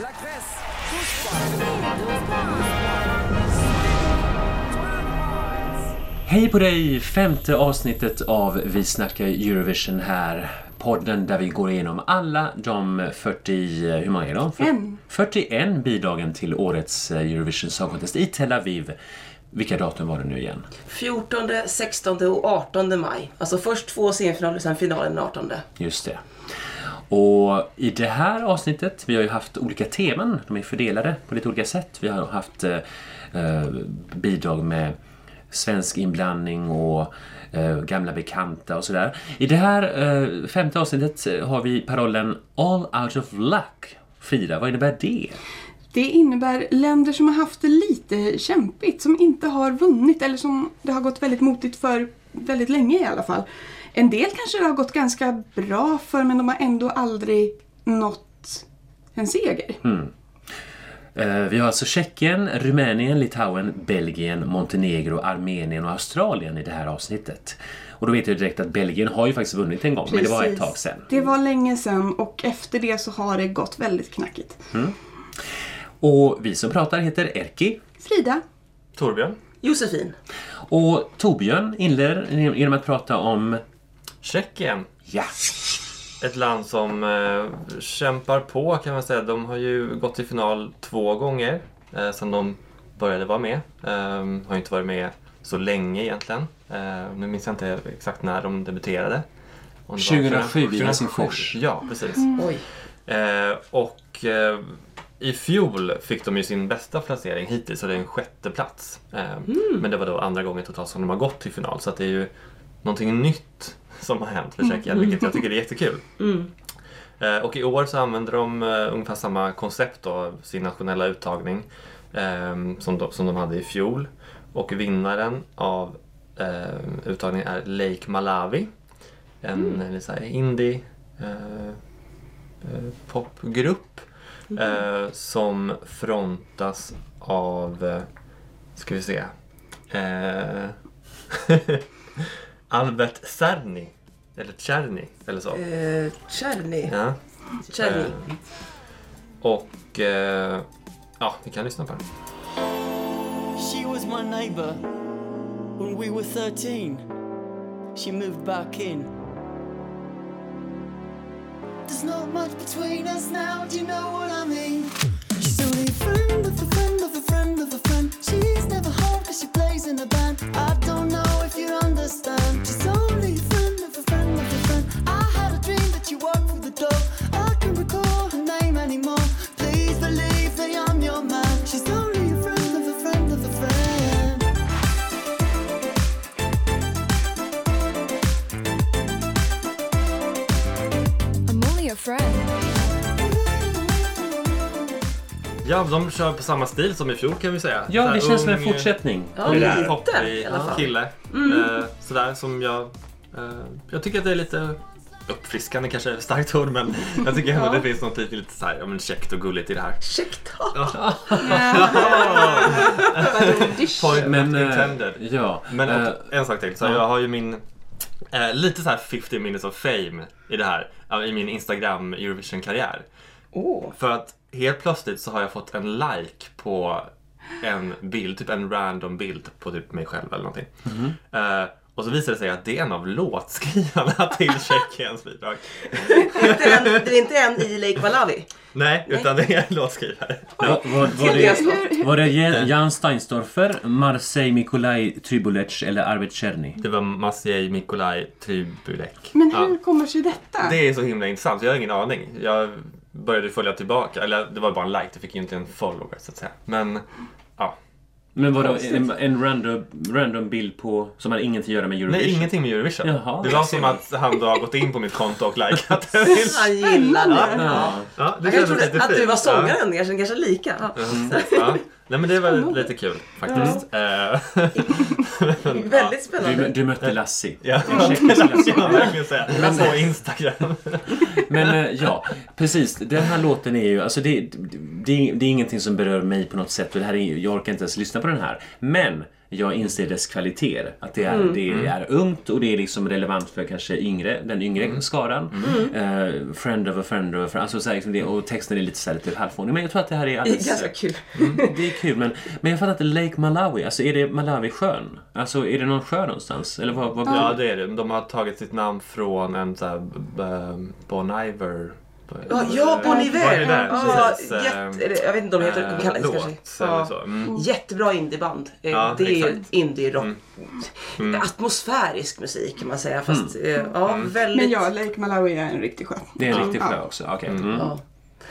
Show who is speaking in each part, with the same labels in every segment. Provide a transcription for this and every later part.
Speaker 1: La Grèce,
Speaker 2: Hej på dig! Femte avsnittet av Vi snackar Eurovision här. Podden där vi går igenom alla de 40, hur många är de?
Speaker 3: En.
Speaker 2: 41 bidragen till årets eh, Eurovision Song Contest i Tel Aviv. Vilka datum var det nu igen?
Speaker 4: 14, 16 och 18 maj. Alltså först två semifinaler, sen finalen den 18.
Speaker 2: Just det. Och i det här avsnittet, vi har ju haft olika teman, de är fördelade på lite olika sätt. Vi har haft eh, eh, bidrag med svensk inblandning och eh, gamla bekanta och sådär. I det här eh, femte avsnittet eh, har vi parollen All out of luck. Frida, vad innebär det?
Speaker 3: Det innebär länder som har haft det lite kämpigt, som inte har vunnit eller som det har gått väldigt motigt för väldigt länge i alla fall. En del kanske det har gått ganska bra för men de har ändå aldrig nått en seger.
Speaker 2: Mm, Eh, Vi har alltså Tjeckien, Rumänien, Litauen, Belgien, Montenegro, Armenien och Australien i det här avsnittet. Och då vet jag direkt att Belgien har ju faktiskt vunnit en gång, men det var ett
Speaker 3: Precis.
Speaker 2: tag sedan.
Speaker 3: Det var länge sedan och efter det så har det gått väldigt knackigt.
Speaker 2: Och vi som pratar heter Erki.
Speaker 3: Frida,
Speaker 5: Torbjörn.
Speaker 4: Josefin.
Speaker 2: Och Torbjörn inleder genom att prata om...
Speaker 5: Tjeckien.
Speaker 2: Ja,
Speaker 5: Ett land som eh, kämpar på kan man säga. De har ju gått till final två gånger eh, sedan de började vara med. Eh, har inte varit med så länge egentligen. Eh, nu minns jag inte exakt när de debuterade. Om det var
Speaker 2: 2007 i
Speaker 5: 2007.
Speaker 2: Helsingfors.
Speaker 5: Ja, precis.
Speaker 4: Oj.
Speaker 5: Eh, och eh, i fjol fick de ju sin bästa placering hittills och det är en sjätte plats. Eh, Men det var då andra gången totalt som de har gått till final så att det är ju någonting nytt som har hänt för Tjeckien vilket jag tycker är jättekul. Eh, och i år så använder de eh, ungefär samma koncept då, sin nationella uttagning eh, som, de, som de hade i fjol. Och vinnaren av eh, uttagningen är Lake Malawi. En mm. lite så här indie eh, eh, popgrupp eh, som frontas av, eh, ska vi se, eh, Albert Cerny. Eller Czerny eller så.
Speaker 4: Eh, Czerny.
Speaker 5: Ja.
Speaker 4: Czerny.
Speaker 5: Eh, och eh, ja, vi kan lyssna på den.
Speaker 6: She was my neighbour when we were 13. She moved back in. There's not much between us now, do you know what I mean? She's only a friend of a friend of a friend of a friend. She's never home cause she plays in a band. I don't know if you understand. She's only a friend of a friend of a friend. I had a dream that you walked through the door. I can't recall her name anymore. Please believe that I'm your man. She's only a friend of a friend of a friend.
Speaker 7: I'm only a friend.
Speaker 5: Ja, de kör på samma stil som i fjol kan vi säga. Så
Speaker 2: ja
Speaker 5: här
Speaker 2: det känns som en
Speaker 5: ung,
Speaker 2: fortsättning.
Speaker 4: Ja,
Speaker 2: Det där.
Speaker 4: lite.
Speaker 5: Poppig
Speaker 4: i alla fall. Mm.
Speaker 5: kille. Eh, sådär som jag... Eh, jag tycker att det är lite uppfriskande kanske är ett starkt ord men jag tycker ändå det finns något lite, lite såhär, ja men käckt och gulligt i det här.
Speaker 4: Ursäkta.
Speaker 5: Point
Speaker 2: Men,
Speaker 5: not
Speaker 2: eh,
Speaker 5: intended.
Speaker 2: ja,
Speaker 5: Men
Speaker 2: eh,
Speaker 5: och, en sak till. Så jag har ju min eh, lite så här 50 minutes of fame i det här. ja, I min Instagram Eurovision-karriär.
Speaker 4: Åh.
Speaker 5: För att helt plötsligt så har jag fått en like på en bild, typ en random bild på typ mig själv eller någonting. Eh, och så visar det sig att det är en av låtskrivarna till Tjeckiens bidrag.
Speaker 4: Det, är en, det är inte en i Lake Malawi.
Speaker 5: Nej, utan det är en låtskrivare.
Speaker 2: Var, var, var,
Speaker 4: Hur-
Speaker 2: det,
Speaker 4: hur-
Speaker 2: var det Jan- Jan Steinstorfer, Marseille Mikolaj Trybulec eller Arvid Czerny?
Speaker 5: Det var Maciej Mikolaj Tribulek.
Speaker 3: men
Speaker 5: Ja.
Speaker 3: hur kommer sig detta?
Speaker 5: Det är så himla intressant, jag har ingen aning. Jag började följa tillbaka, eller det var bara en like, det fick ju inte en follower så att säga. Men ja.
Speaker 2: Men var det en, en random, random bild på som hade ingenting att göra med Eurovision?
Speaker 5: Nej, ingenting med Eurovision.
Speaker 2: Jaha.
Speaker 5: det var som att han då har gått in på mitt konto och likat den.
Speaker 4: Han gillar det.
Speaker 2: Ja.
Speaker 5: Ja, det
Speaker 4: Jag
Speaker 5: kändes
Speaker 4: kanske trodde
Speaker 5: lite
Speaker 4: att du
Speaker 5: fint.
Speaker 4: var sångaren. Jag känner kanske lika. Ja.
Speaker 5: Ja. Mm, ja. Nej men det var lite kul faktiskt. Eh,
Speaker 4: Väldigt
Speaker 2: Du,
Speaker 4: spännande.
Speaker 2: du mötte Lassie.
Speaker 5: ja. Det kan man verkligen säga. Men på Instagram.
Speaker 2: Men eh, ja, precis. Den här låten är ju, alltså det, det, det är ingenting som berör mig på något sätt. Och det här är, jag orkar inte ens lyssna på den här. Men jag inser dess kvaliteter. Att det är, det är ungt och det är liksom relevant för kanske yngre, den yngre skaran. Eh, friend of a friend of a friend. Alltså så här, liksom det, och texten är lite, så här, lite halvfånig. Men jag tror att det här är
Speaker 4: Det
Speaker 2: alldeles...
Speaker 4: är ganska kul.
Speaker 2: Mm, det är kul men, men jag fattar inte, Lake Malawi, alltså är det Malawi-sjön? Alltså är det någon sjö någonstans? Eller vad, vad
Speaker 5: Ja, det är det. De har tagit sitt namn från en så här, eh, Bon Iver.
Speaker 4: Ja, ja Bon
Speaker 5: Bon
Speaker 4: Iver!
Speaker 5: Iver,
Speaker 4: Ja,
Speaker 5: precis.
Speaker 4: jätt- eller, jag vet inte om de heter,
Speaker 5: Eh,
Speaker 4: kallas
Speaker 5: låt
Speaker 4: kanske.
Speaker 5: eller
Speaker 4: Ja.
Speaker 5: så. Mm.
Speaker 4: Jättebra indieband. Eh,
Speaker 5: Ja,
Speaker 4: det är ju
Speaker 5: exakt. Mm.
Speaker 4: indie-rock. Atmosfärisk musik kan man säga. Fast eh, ja,
Speaker 5: Mm.
Speaker 4: väldigt...
Speaker 3: Men ja, Lake Malawi är en riktig sjö.
Speaker 2: Det är en riktig
Speaker 3: Ja.
Speaker 2: sjö också, okej. Mm.
Speaker 4: Ja.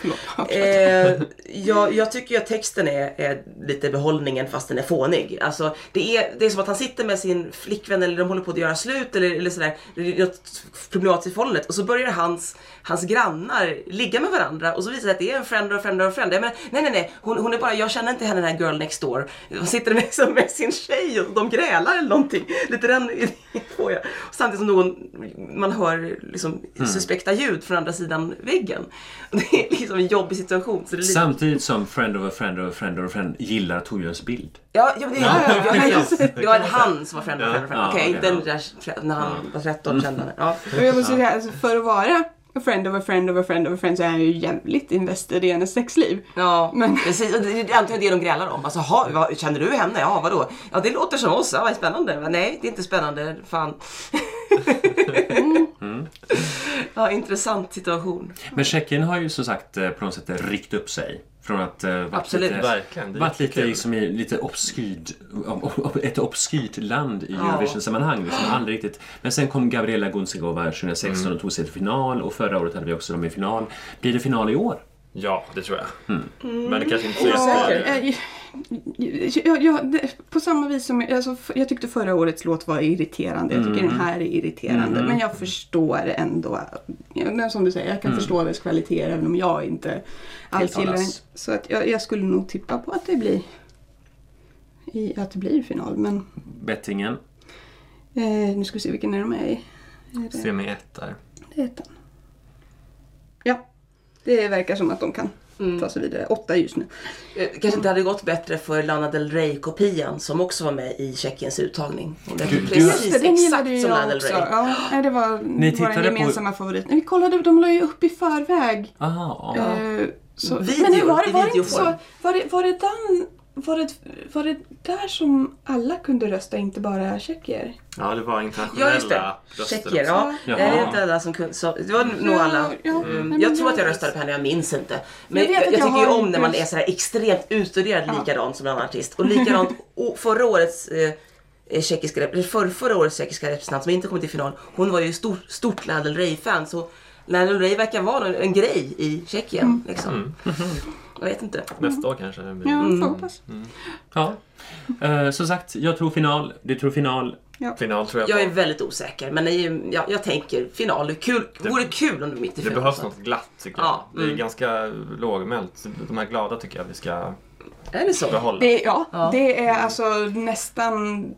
Speaker 3: Förlåt.
Speaker 4: Eh, jag, jag tycker ju att texten är, är lite behållningen fast den är fånig. Alltså, det, är, det är som att han sitter med sin flickvän eller de håller på att göra slut eller, eller sådär. Det är något problematiskt förhållande och så börjar hans, hans grannar ligga med varandra och så visar det att det är en friend och friend och friend. Jag menar, nej nej nej, hon, hon är bara, jag känner inte henne den här girl next door. Hon sitter med, som med sin tjej och de grälar eller någonting. Lite den idén får jag. Samtidigt som någon, man hör liksom
Speaker 2: Mm.
Speaker 4: suspekta ljud från andra sidan väggen. Det är liksom en jobbig situation. Så det är lite
Speaker 2: Samtidigt som Friend of a friend of a friend of a friend gillar Torbjörns bild.
Speaker 4: Ja, ja, men det,
Speaker 5: Ja,
Speaker 4: ja, ja,
Speaker 5: precis.
Speaker 4: ja. det var han som var friend of friend of friend.
Speaker 2: Ja,
Speaker 4: Okej,
Speaker 2: okej,
Speaker 4: inte den
Speaker 2: ja.
Speaker 4: där tre- när han var 13 kände han. Ja.
Speaker 3: Och jag måste säga, alltså, för att vara a friend of a friend of a friend of a friend så är han ju jävligt investerad i hennes sexliv.
Speaker 4: Ja,
Speaker 3: Men-
Speaker 4: precis. Och Det är antagligen det de grälar om. Alltså, ha, vad, känner du henne? Ja, vadå? Ja, det låter som oss. Ja, vad spännande. Men nej, det är inte spännande. Fan. Mm.
Speaker 3: Mm.
Speaker 4: Ja, intressant situation.
Speaker 2: Men Tjeckien har ju som sagt eh, på något sätt ryckt upp sig. Från att eh, varit
Speaker 4: Absolut.
Speaker 2: lite,
Speaker 5: Verkligen, det är
Speaker 2: varit lite,
Speaker 5: jättekul.
Speaker 2: liksom, i, lite obskyd, ob- ob- ett obskyrt land i
Speaker 4: Ja.
Speaker 2: Eurovision-sammanhang. Liksom, aldrig riktigt. Men sen kom Gabriela Gunzegova 2016
Speaker 4: Mm.
Speaker 2: och tog sig till final och förra året hade vi också dem i final. Blir det final i år?
Speaker 5: Ja, det tror jag.
Speaker 4: Mm.
Speaker 5: Men det kanske inte så
Speaker 3: Ja,
Speaker 5: jättebra.
Speaker 3: eh, ja, ja, det- på samma vis som alltså, f- jag tyckte förra årets låt var irriterande. Jag tycker
Speaker 4: Mm.
Speaker 3: den här är irriterande. Men jag förstår ändå. ja, men Som du säger, jag kan
Speaker 4: Mm.
Speaker 3: förstå dess kvaliteter även om jag inte alls gillar den.
Speaker 2: Tilltalas.
Speaker 3: Så att jag, jag skulle nog tippa på att det blir, i, att det blir final. Men
Speaker 2: Bettingen?
Speaker 3: eh, nu ska vi se vilken är de är i. Är det-
Speaker 5: Semi ett där.
Speaker 3: Det är ettan. Ja, det verkar som att de kan
Speaker 4: Mm.
Speaker 3: ta sig vidare. Åtta just nu.
Speaker 4: Eh, Kanske inte hade gått bättre för Lana Del Rey-kopian som också var med i Tjeckiens uttagning. Och det är
Speaker 2: Du- du-
Speaker 4: precis
Speaker 3: gillade
Speaker 4: exakt
Speaker 3: ju
Speaker 4: som
Speaker 3: jag
Speaker 4: Lana Del Rey.
Speaker 3: också. Ja, nej, det var
Speaker 2: tittade
Speaker 3: vår
Speaker 2: på-
Speaker 3: gemensamma favorit. Nej, Vi kollade, de la ju upp i förväg.
Speaker 2: Aha,
Speaker 3: Ja. Så,
Speaker 4: Video,
Speaker 3: men hur var det,
Speaker 4: i
Speaker 3: var det inte så?
Speaker 4: videoform.
Speaker 3: Var det, var det den... Var det, var det där som alla kunde rösta, inte bara tjecker?
Speaker 5: Ja, det var
Speaker 4: Ja
Speaker 5: internationella
Speaker 4: just det,
Speaker 5: röster
Speaker 4: tjecker.
Speaker 5: också.
Speaker 4: Ja.
Speaker 2: Jaha.
Speaker 4: Det är inte alla som kunde. Så, det var nog alla.
Speaker 3: Ja, ja.
Speaker 4: Mm.
Speaker 3: Nej, men
Speaker 4: jag tror
Speaker 3: jag
Speaker 4: att jag
Speaker 3: vet.
Speaker 4: röstade på henne, jag minns inte. Men
Speaker 3: Jag
Speaker 4: jag,
Speaker 3: vet
Speaker 4: jag,
Speaker 3: att jag
Speaker 4: tycker ju
Speaker 3: har
Speaker 4: om när man
Speaker 3: just-
Speaker 4: är sådär extremt utstuderad likadant som en annan artist. Och likadant och förra årets eh, eh, tjeckiska, rep- eller förr, förra årets tjeckiska representant som inte kommit till final. Hon var ju stort, stort Lana Del Rey-fan så Lana Del Rey verkar vara en, en grej i Tjeckien.
Speaker 3: Mm.
Speaker 4: Liksom.
Speaker 5: Mm.
Speaker 4: Jag vet inte.
Speaker 5: Nästa år kanske. det blir-
Speaker 3: Ja,
Speaker 4: Mm.
Speaker 3: får hoppas.
Speaker 2: Ja. Eh, som sagt, jag tror final. Du tror final.
Speaker 5: Final tror jag,
Speaker 4: Jag är
Speaker 5: på.
Speaker 4: väldigt osäker men eh, jag, jag tänker final. Kul, vore kul om de gick till
Speaker 5: Det
Speaker 4: final.
Speaker 5: behövs
Speaker 4: så att-
Speaker 5: något glatt tycker jag.
Speaker 4: Ja,
Speaker 5: Det är
Speaker 4: mm.
Speaker 5: ganska lågmält. De här glada tycker jag vi ska
Speaker 4: Är det så?
Speaker 5: behålla.
Speaker 3: Det, ja,
Speaker 4: Ja.
Speaker 3: det är alltså nästan,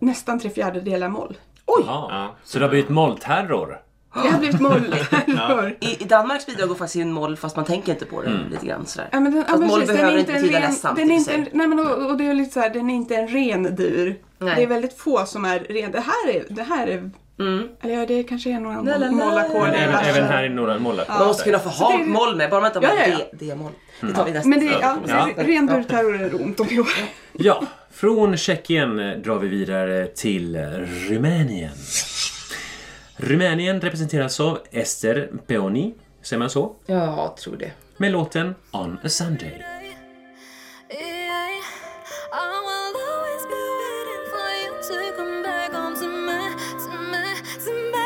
Speaker 3: nästan tre fjärdedelar moll.
Speaker 2: Oj!
Speaker 5: Ja.
Speaker 2: Så det har blivit mollterror.
Speaker 3: Det har blivit moll. ja.
Speaker 4: I, I Danmarks bidrag går faktiskt in moll fast man tänker inte på det lite grann sådär.
Speaker 3: Ja, men den, ja,
Speaker 4: Fast moll
Speaker 3: precis, den
Speaker 4: behöver
Speaker 3: är
Speaker 4: inte
Speaker 3: inte en
Speaker 4: betyda
Speaker 3: ren,
Speaker 4: ledsamt
Speaker 3: den
Speaker 4: i
Speaker 3: är
Speaker 4: och
Speaker 3: inte
Speaker 4: för
Speaker 3: en,
Speaker 4: sig.
Speaker 3: nej, men, och, och det är lite så här, den är inte en ren dur.
Speaker 4: Nej.
Speaker 3: Det är väldigt få som är ren. Det här är, det här är
Speaker 4: Mm.
Speaker 3: eller ja, det kanske är några
Speaker 4: Nej, nej,
Speaker 3: moll-
Speaker 4: nej.
Speaker 3: mollackord.
Speaker 4: Nej,
Speaker 2: Även,
Speaker 4: Alltså-
Speaker 2: även här i några mollackord.
Speaker 4: Man måste kunna få
Speaker 3: Så det
Speaker 4: ha
Speaker 3: är-
Speaker 4: moll med, bara man inte har med
Speaker 3: Ja, ja, ja.
Speaker 4: d D-moll. Det tar vi nästa.
Speaker 3: Men det är, ja,
Speaker 2: Ja.
Speaker 3: så ren durterror är det ont om i år.
Speaker 2: Ja, från Tjeckien eh, drar vi vidare till Rumänien. Rumänien representeras av Ester Peoni, säger man så?
Speaker 4: Ja, jag tror det.
Speaker 2: Med låten On a Sunday.
Speaker 7: Yeah, I will always be waiting for you to come back home to me, to me, to me.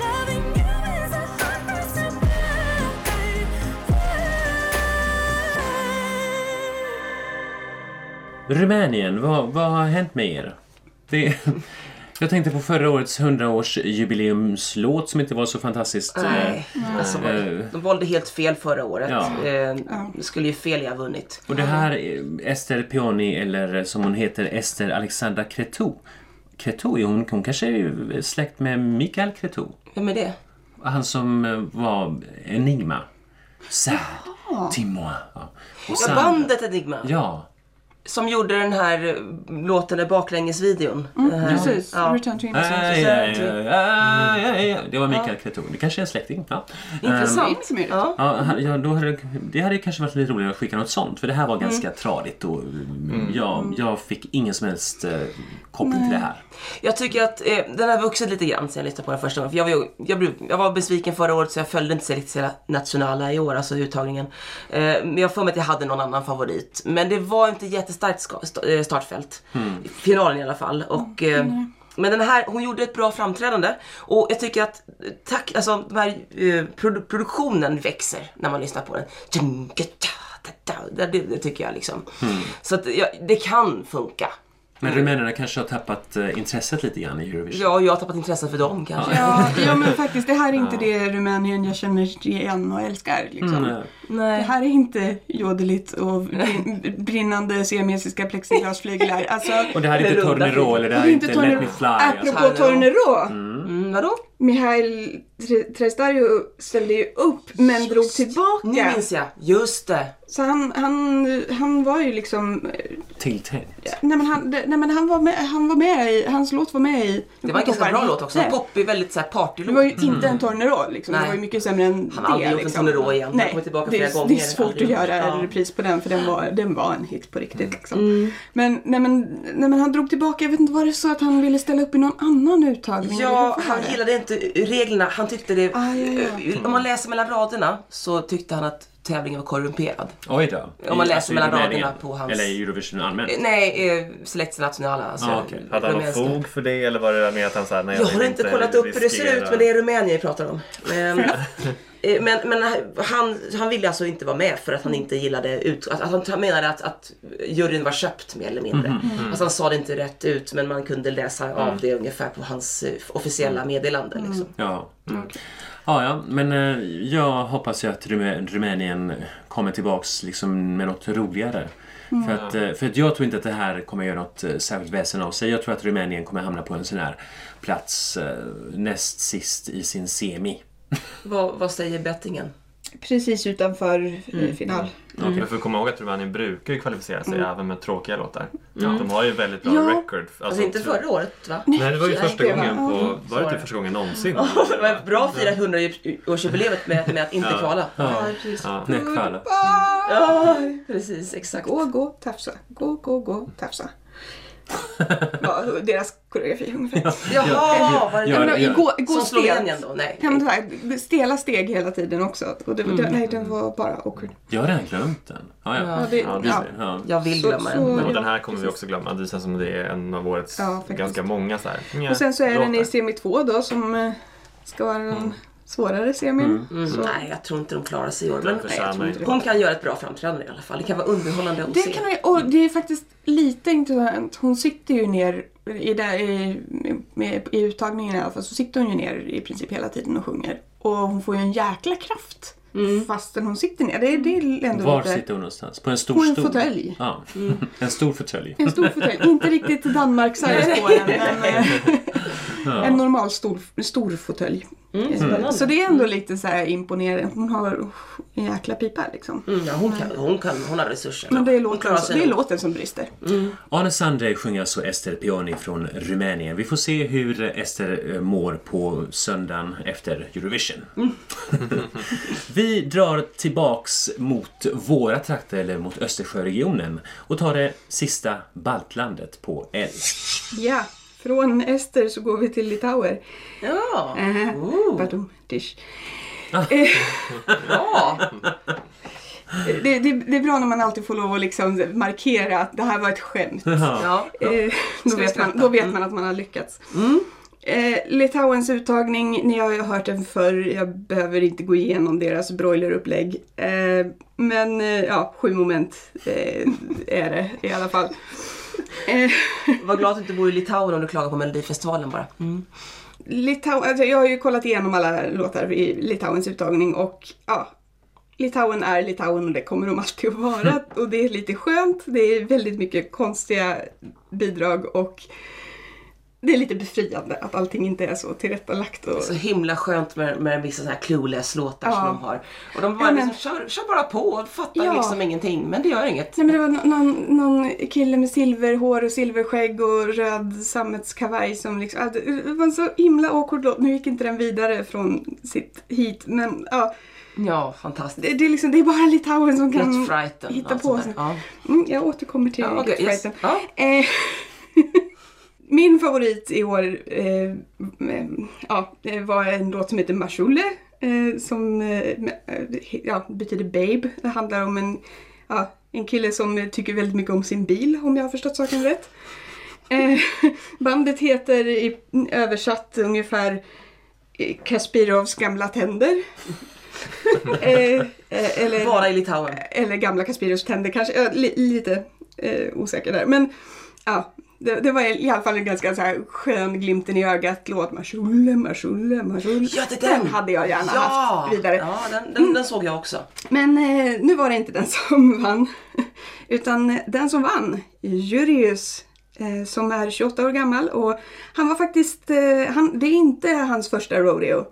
Speaker 7: Loving you is a hard price to pay.
Speaker 2: Rumänien, vad, vad har hänt med er? Det, Jag tänkte på förra årets 100-årsjubileumslåt som inte var så fantastiskt. eh,
Speaker 4: Nej. Alltså,
Speaker 2: eh,
Speaker 4: de valde helt fel förra året.
Speaker 2: Ja.
Speaker 4: Eh, skulle ju Felia ha vunnit.
Speaker 2: Och det här, är Ester Pioni, eller som hon heter, Ester Alexandra Cretou. Cretou, är hon, hon kanske är släkt med Mikael Cretou.
Speaker 4: Vem är det?
Speaker 2: Han som eh, var Enigma. Sad, Timoa. Ja. Och
Speaker 4: Ja,
Speaker 2: Sand-
Speaker 4: bandet Enigma.
Speaker 2: Ja,
Speaker 4: Som gjorde den här eh, låten i baklängesvideon.
Speaker 3: Mm.
Speaker 4: Den här-
Speaker 3: Precis,
Speaker 4: Ja.
Speaker 3: Return to Innocence.
Speaker 2: Aj, aj, aj, aj, aj, aj. Det var Mikael Cretou. Det kanske är en släkting. Ja. Ehm,
Speaker 4: Intressant.
Speaker 3: Det är liksom möjligt.
Speaker 4: Ja.
Speaker 2: Ja, han- ja, då hade, det hade kanske varit lite roligare att skicka något sånt för det här var ganska tradigt och mm, jag, jag fick ingen som helst eh, koppling till det här.
Speaker 4: Jag tycker att eh, den har vuxit lite grann sen jag lyssnade på den första gången. För jag, var, ju- jag, blev, jag var besviken förra året så jag följde inte så riktigt hela nationala i år, alltså uttagningen. Eh, men jag har för mig att jag hade någon annan favorit. Men det var inte jättestarkt ska, sta- eh, startfält. Finalen i alla fall. Och, eh, men den här, hon gjorde ett bra framträdande och jag tycker att eh, tack, alltså, de här, eh, produ- produktionen växer när man lyssnar på den. Det, det, det tycker jag liksom. Så att, ja, det kan funka.
Speaker 2: Men rumänerna kanske har tappat eh, intresset lite grann i Eurovision.
Speaker 4: Ja, jag har tappat intresset för dem kanske.
Speaker 3: Ja, ja, men faktiskt det här är inte det Rumänien jag känner igen och älskar. Liksom.
Speaker 2: Mm,
Speaker 3: Det
Speaker 4: Nej.
Speaker 3: här är inte jodeligt och brin- brinnande siamesiska plexiglasflyglar. Alltså,
Speaker 2: Och det här är inte
Speaker 4: Eller runda
Speaker 2: Tornero
Speaker 4: fingrar.
Speaker 2: eller det här är inte Let
Speaker 3: Tornero-
Speaker 2: Me Fly. Alltså.
Speaker 3: Apropå
Speaker 4: alltså.
Speaker 3: Tornero.
Speaker 4: Mm, vadå?
Speaker 3: Mihail Tre- Trestario ställde ju upp men drog tillbaka.
Speaker 4: Nu minns jag. Just det.
Speaker 3: Så han, han, han var ju liksom... eh,
Speaker 2: Tilltänkt.
Speaker 3: Nej men, han, nej, men han, var med, han var med i... Hans låt var med i...
Speaker 4: Det var en ganska bra låt också.
Speaker 3: Nej,
Speaker 4: En poppig, väldigt såhär
Speaker 3: Det var
Speaker 4: partylåt.
Speaker 3: ju
Speaker 2: Mm.
Speaker 3: inte en Tornero liksom. Det
Speaker 4: Nej.
Speaker 3: var ju mycket sämre än
Speaker 4: Han har aldrig
Speaker 3: det.
Speaker 4: gjort en
Speaker 3: liksom.
Speaker 4: Tornero igen. Han har
Speaker 3: Nej,
Speaker 4: kommit tillbaka
Speaker 3: det,
Speaker 4: flera
Speaker 3: är-
Speaker 4: gånger.
Speaker 3: det är svårt
Speaker 4: Aldrig
Speaker 3: att
Speaker 4: gjort.
Speaker 3: göra
Speaker 4: Ja.
Speaker 3: repris på den för den var, den var en hit på riktigt. Liksom.
Speaker 2: Mm.
Speaker 3: Men, nej, men, nej, men han drog tillbaka. Jag vet inte, var det så att han ville ställa upp i någon annan uttagning? Eller hur
Speaker 4: Ja,
Speaker 3: var
Speaker 4: han
Speaker 3: det?
Speaker 4: gillade inte reglerna. Han tyckte det...
Speaker 3: Mm.
Speaker 4: Eh,
Speaker 3: Ah, ja, ja.
Speaker 4: Om man läser mellan raderna så tyckte han att tävlingen var korrumperad.
Speaker 2: Oj då.
Speaker 4: Om man
Speaker 2: I- alltså,
Speaker 4: läser
Speaker 2: i
Speaker 4: mellan
Speaker 2: Rumänien.
Speaker 4: raderna på hans-
Speaker 2: Eller i Eurovision allmänt.
Speaker 4: Eh, Nej, eh, Selectio Nationale. Alltså,
Speaker 2: Ah, okej.
Speaker 5: Hade han något
Speaker 4: rumänska.
Speaker 5: fog för det eller var det mer att han såhär, nej
Speaker 4: Jag har
Speaker 5: vill
Speaker 4: inte kollat upp hur det ser ut
Speaker 5: riskera-
Speaker 4: men det är Rumänien jag pratar om. Ehm, eh, Men, men han, han ville alltså inte vara med för att
Speaker 3: Mm.
Speaker 4: han inte gillade ut... Att, att han menade att, att juryn var köpt mer eller mindre.
Speaker 3: Mm,
Speaker 4: Alltså han sa det inte rätt ut men man kunde läsa av det ungefär på hans eh, officiella meddelande. Liksom.
Speaker 3: Mm.
Speaker 2: Ja. Mm. Ja, ja, men eh, jag hoppas ju att Rumä- Rumänien kommer tillbaks liksom med något roligare.
Speaker 3: Mm.
Speaker 2: För, att, eh, för att jag tror inte att det här kommer göra något eh, särskilt väsen av sig. Jag tror att Rumänien kommer hamna på en sån här plats eh, näst sist i sin semi.
Speaker 4: Vad, vad säger bettingen?
Speaker 3: Precis utanför eh, final.
Speaker 4: Mm.
Speaker 5: Men för att komma ihåg att Rumänien brukar ju kvalificera sig även med tråkiga låtar. De har ju väldigt bra
Speaker 3: Ja.
Speaker 5: record. Alltså,
Speaker 4: Alltså Mm. inte förra året va?
Speaker 5: Nej, det var ju första
Speaker 3: det var-
Speaker 5: gången på... Var det
Speaker 2: var det.
Speaker 5: typ första gången någonsin?
Speaker 4: Det var ett bra att fira 100-årsjubileet med, med att inte kvala.
Speaker 3: Ja, precis.
Speaker 5: Ja.
Speaker 2: Nej, kvala.
Speaker 4: Ja, precis. Exakt.
Speaker 3: Ah! Gå, gå, tafsa. Gå, gå, gå, tafsa. ja, deras koreografi ungefär.
Speaker 4: Jaha! Var det
Speaker 2: Ja,
Speaker 3: Ja, men då,
Speaker 2: ja.
Speaker 3: Gå, gå
Speaker 4: Som
Speaker 3: stelt.
Speaker 4: Slovenien då? Nej.
Speaker 3: Ja, men det var stela steg hela tiden också. Och det, det, nej, den var bara awkward.
Speaker 2: Jag har redan glömt den. Ja, ja.
Speaker 4: Ja,
Speaker 3: det-
Speaker 2: ja, du
Speaker 3: ja.
Speaker 2: ser. ja.
Speaker 4: Jag vill
Speaker 3: Så-
Speaker 4: glömma
Speaker 3: så-
Speaker 4: den. men-
Speaker 5: Och den här
Speaker 3: Ja,
Speaker 5: kommer vi
Speaker 3: precis.
Speaker 5: också glömma. Det känns som det är en av årets
Speaker 3: Ja, faktiskt.
Speaker 5: ganska många så här. nja,
Speaker 3: Och sen så är den i
Speaker 5: låtar.
Speaker 3: semi 2 då som eh, ska vara den svårare semin.
Speaker 4: Mm, nej, jag tror inte de klarar sig i år. Men
Speaker 5: Den
Speaker 3: jag tror
Speaker 5: förtjänar
Speaker 3: inte
Speaker 5: ju-
Speaker 3: det.
Speaker 4: hon kan göra ett bra framträdande i alla fall. Det kan vara underhållande att
Speaker 3: Det,
Speaker 4: se.
Speaker 3: kan man, ju- och det är faktiskt lite intressant. Hon sitter ju ner, i, där, i, med, i uttagningen i alla fall, så sitter hon ju ner i princip hela tiden och sjunger. Och hon får ju en jäkla kraft
Speaker 4: Mm.
Speaker 3: fastän hon sitter ner. Det, det är ändå
Speaker 2: Var
Speaker 3: lite...
Speaker 2: sitter hon någonstans? På en stor
Speaker 3: På en
Speaker 2: stol?
Speaker 3: fåtölj. Mm.
Speaker 2: Ja. En stor fåtölj.
Speaker 3: En stor fåtölj. Inte riktigt Danmark-size på den, men eh, en normal stor, stor fåtölj.
Speaker 4: Mm,
Speaker 3: Eh, Så det är ändå lite så här imponerande. Hon har oh, en jäkla pipa liksom.
Speaker 4: Mm, ja, hon, kan, hon, kan, hon har resurser.
Speaker 3: Men det är,
Speaker 4: hon
Speaker 3: låten,
Speaker 4: klarar
Speaker 3: som- det är
Speaker 4: sig. Mm. nog.
Speaker 3: låten som brister.
Speaker 2: Arne Sandre sjunger alltså Ester Pioni från Rumänien. Vi får se hur Ester eh, mår på söndagen efter Eurovision. Vi drar tillbaks mot våra trakter, eller mot Östersjöregionen och tar det sista baltlandet på L.
Speaker 3: Ja, från Ester så går vi till Litauer.
Speaker 4: Ja,
Speaker 3: Eh, pardon, dish.
Speaker 4: Ah.
Speaker 3: Eh,
Speaker 4: bra.
Speaker 3: Det, det, det är bra när man alltid får lov att liksom markera att det här var ett skämt.
Speaker 4: Ja.
Speaker 3: Eh, då,
Speaker 4: vi
Speaker 3: vet man,
Speaker 4: skratta? Mm.
Speaker 3: då vet man att man har lyckats. Eh, Litauens uttagning, ni har ju hört den förr. Jag behöver inte gå igenom deras broilerupplägg. Eh, men eh, ja, sju moment eh, är det i alla fall. Eh,
Speaker 4: Var glad att du inte bor i Litauen om du klagar på Melodifestivalen bara. Mm.
Speaker 3: Litau- alltså jag har ju kollat igenom alla låtar i Litauens uttagning och ja, Litauen är Litauen och det kommer de alltid att vara. Och det är lite skönt, det är väldigt mycket konstiga bidrag och det är lite befriande att allting inte är så tillrättalagt. Och...
Speaker 4: Så himla skönt med, med vissa så här clueless-låtar som
Speaker 3: Ja.
Speaker 4: de har. Och de bara
Speaker 3: Ja, men-
Speaker 4: liksom, kör, kör bara på och fattar
Speaker 3: Ja.
Speaker 4: liksom ingenting. Men det gör inget.
Speaker 3: Nej men det var nå- någon, någon kille med silverhår och silverskägg och röd sammetskavaj som liksom, ja, det det var en så himla awkward låt. Nu gick inte den vidare från sitt hit men ja,
Speaker 4: Ja, fantastiskt.
Speaker 3: det, det, är liksom, det är bara Litauen som
Speaker 4: Get
Speaker 3: kan
Speaker 4: frighten.
Speaker 3: hitta
Speaker 4: allt
Speaker 3: på
Speaker 4: sånt där.
Speaker 3: sig.
Speaker 4: Ja.
Speaker 3: Mm, jag återkommer till
Speaker 4: Ja,
Speaker 3: ja,
Speaker 4: okej, yes. Ja.
Speaker 3: eh, Min favorit i år eh, eh, ja, eh, var en låt som heter Mashule eh, som eh, med- eh, ja, betyder babe. Det handlar om en, ja, en kille som eh, tycker väldigt mycket om sin bil om jag har förstått saken rätt. Eh, bandet heter i, översatt ungefär eh, Kaspirovs gamla tänder. eh, eh, eller,
Speaker 4: Bara i Litauen.
Speaker 3: eller gamla Kaspiros tänder kanske. Jag är li, lite eh, osäker där. Men ja, det, det var i alla fall en ganska så här skön glimten i ögat-låt. Marschulle, marschulle, marschulle.
Speaker 4: Ja, det är
Speaker 3: den.
Speaker 4: den.
Speaker 3: hade jag gärna haft vidare. Mm.
Speaker 4: Ja, den, den, den såg jag också.
Speaker 3: Men eh, nu var det inte den som vann. Utan eh, den som vann, Jurius, eh, som är 28 år gammal. Och han var faktiskt, eh, han, det är inte hans första rodeo.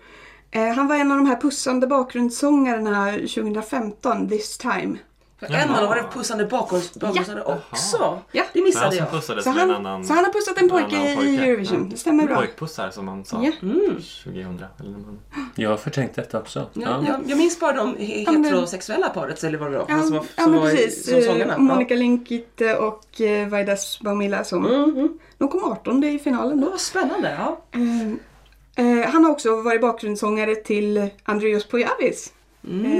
Speaker 3: Eh, han var en av de här pussande bakgrundssångarna 2015, This time.
Speaker 4: En av dem var det pussande bakom, bakom ja. också.
Speaker 3: Ja.
Speaker 4: Det
Speaker 5: Han
Speaker 4: missade
Speaker 5: som
Speaker 4: jag.
Speaker 5: pussades
Speaker 3: Så
Speaker 5: med
Speaker 3: han,
Speaker 5: en annan...
Speaker 3: så han har pussat en
Speaker 5: en
Speaker 3: pojke
Speaker 5: annan
Speaker 3: i
Speaker 5: pojke.
Speaker 3: Eurovision, det stämmer bra.
Speaker 5: Pojkpussar som man sa
Speaker 3: Ja. Mm.
Speaker 5: 2000. Eller när man...
Speaker 2: Jag har förträngt detta också.
Speaker 4: Ja,
Speaker 2: Ja.
Speaker 4: jag, jag minns bara de he-
Speaker 3: Ja, men-
Speaker 4: heterosexuella paret, eller vad det var,
Speaker 3: Ja,
Speaker 4: som var,
Speaker 3: ja
Speaker 4: som
Speaker 3: men
Speaker 4: var i,
Speaker 3: precis.
Speaker 4: som sångarna.
Speaker 3: Eh,
Speaker 4: Ja.
Speaker 3: Monica Linkitte och eh, Vaidas Baumila som...
Speaker 4: Mm,
Speaker 3: De kom 18 i finalen
Speaker 4: Det
Speaker 3: då.
Speaker 4: var spännande. Ja.
Speaker 3: Eh, han har också varit bakgrundssångare till Andreas Pojavis.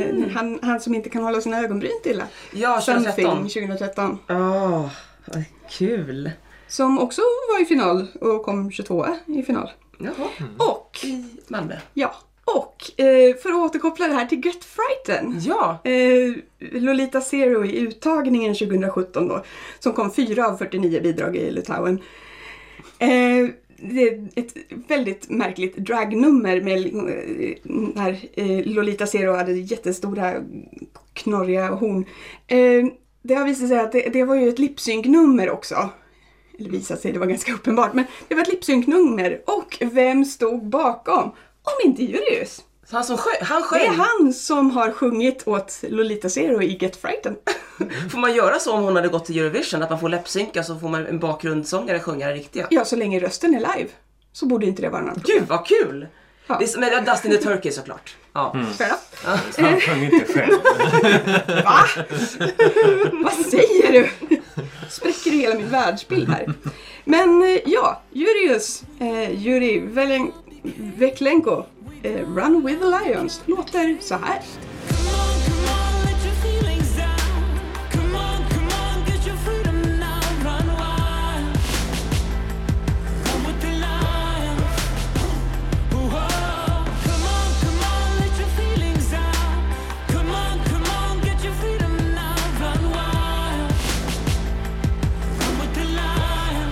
Speaker 3: Eh, han, han som inte kan hålla sina ögonbryn stilla.
Speaker 4: Ja, 2013.
Speaker 3: Something 2013.
Speaker 4: Oh, vad kul.
Speaker 3: Som också var i final och kom 22 i final.
Speaker 4: Jaha.
Speaker 3: Mm. Och,
Speaker 4: I Malmö.
Speaker 3: ja. Och eh, för att återkoppla det här till Get Frighten.
Speaker 4: Ja.
Speaker 3: Eh, Lolita Zero i uttagningen 2017 då, som kom fyra av 49 bidrag i Litauen. Eh, det är ett väldigt märkligt dragnummer med eh, när eh, Lolita Zero hade jättestora knorriga horn. Eh, det har visat sig att det, det var ju ett lipsynknummer också. Eller visat sig, det var ganska uppenbart. Men det var ett lipsynknummer och vem stod bakom? Om inte Julius.
Speaker 4: Så han som sjö, han
Speaker 3: Det är
Speaker 4: sjöng.
Speaker 3: han som har sjungit åt Lolita Zero i Get Frighten.
Speaker 4: Får man göra så om hon hade gått till Eurovision? Att man får läppsynka så får man en bakgrundssångare sjunga det riktiga?
Speaker 3: Ja, så länge rösten är live så borde inte det vara någon
Speaker 4: Gud vad kul!
Speaker 3: Ja. Mm.
Speaker 4: Det är, som- men det är Dustin the Turkey såklart. Ja.
Speaker 3: Spela.
Speaker 2: Han sjöng inte själv.
Speaker 3: Va? Vad säger du? Spräcker du hela min världsbild här? Men eh, ja, Jurius, eh, Juri Velen- Veklenko, eh, Run with the Lions låter så här.
Speaker 6: Come on, come on, let your feelings down. Come on, come on, get your freedom now. Run wild. Come with the lion. Whoa. Come on, come on, let your feelings out. Come on, come on, get your freedom now. Run wild. Come with the lion.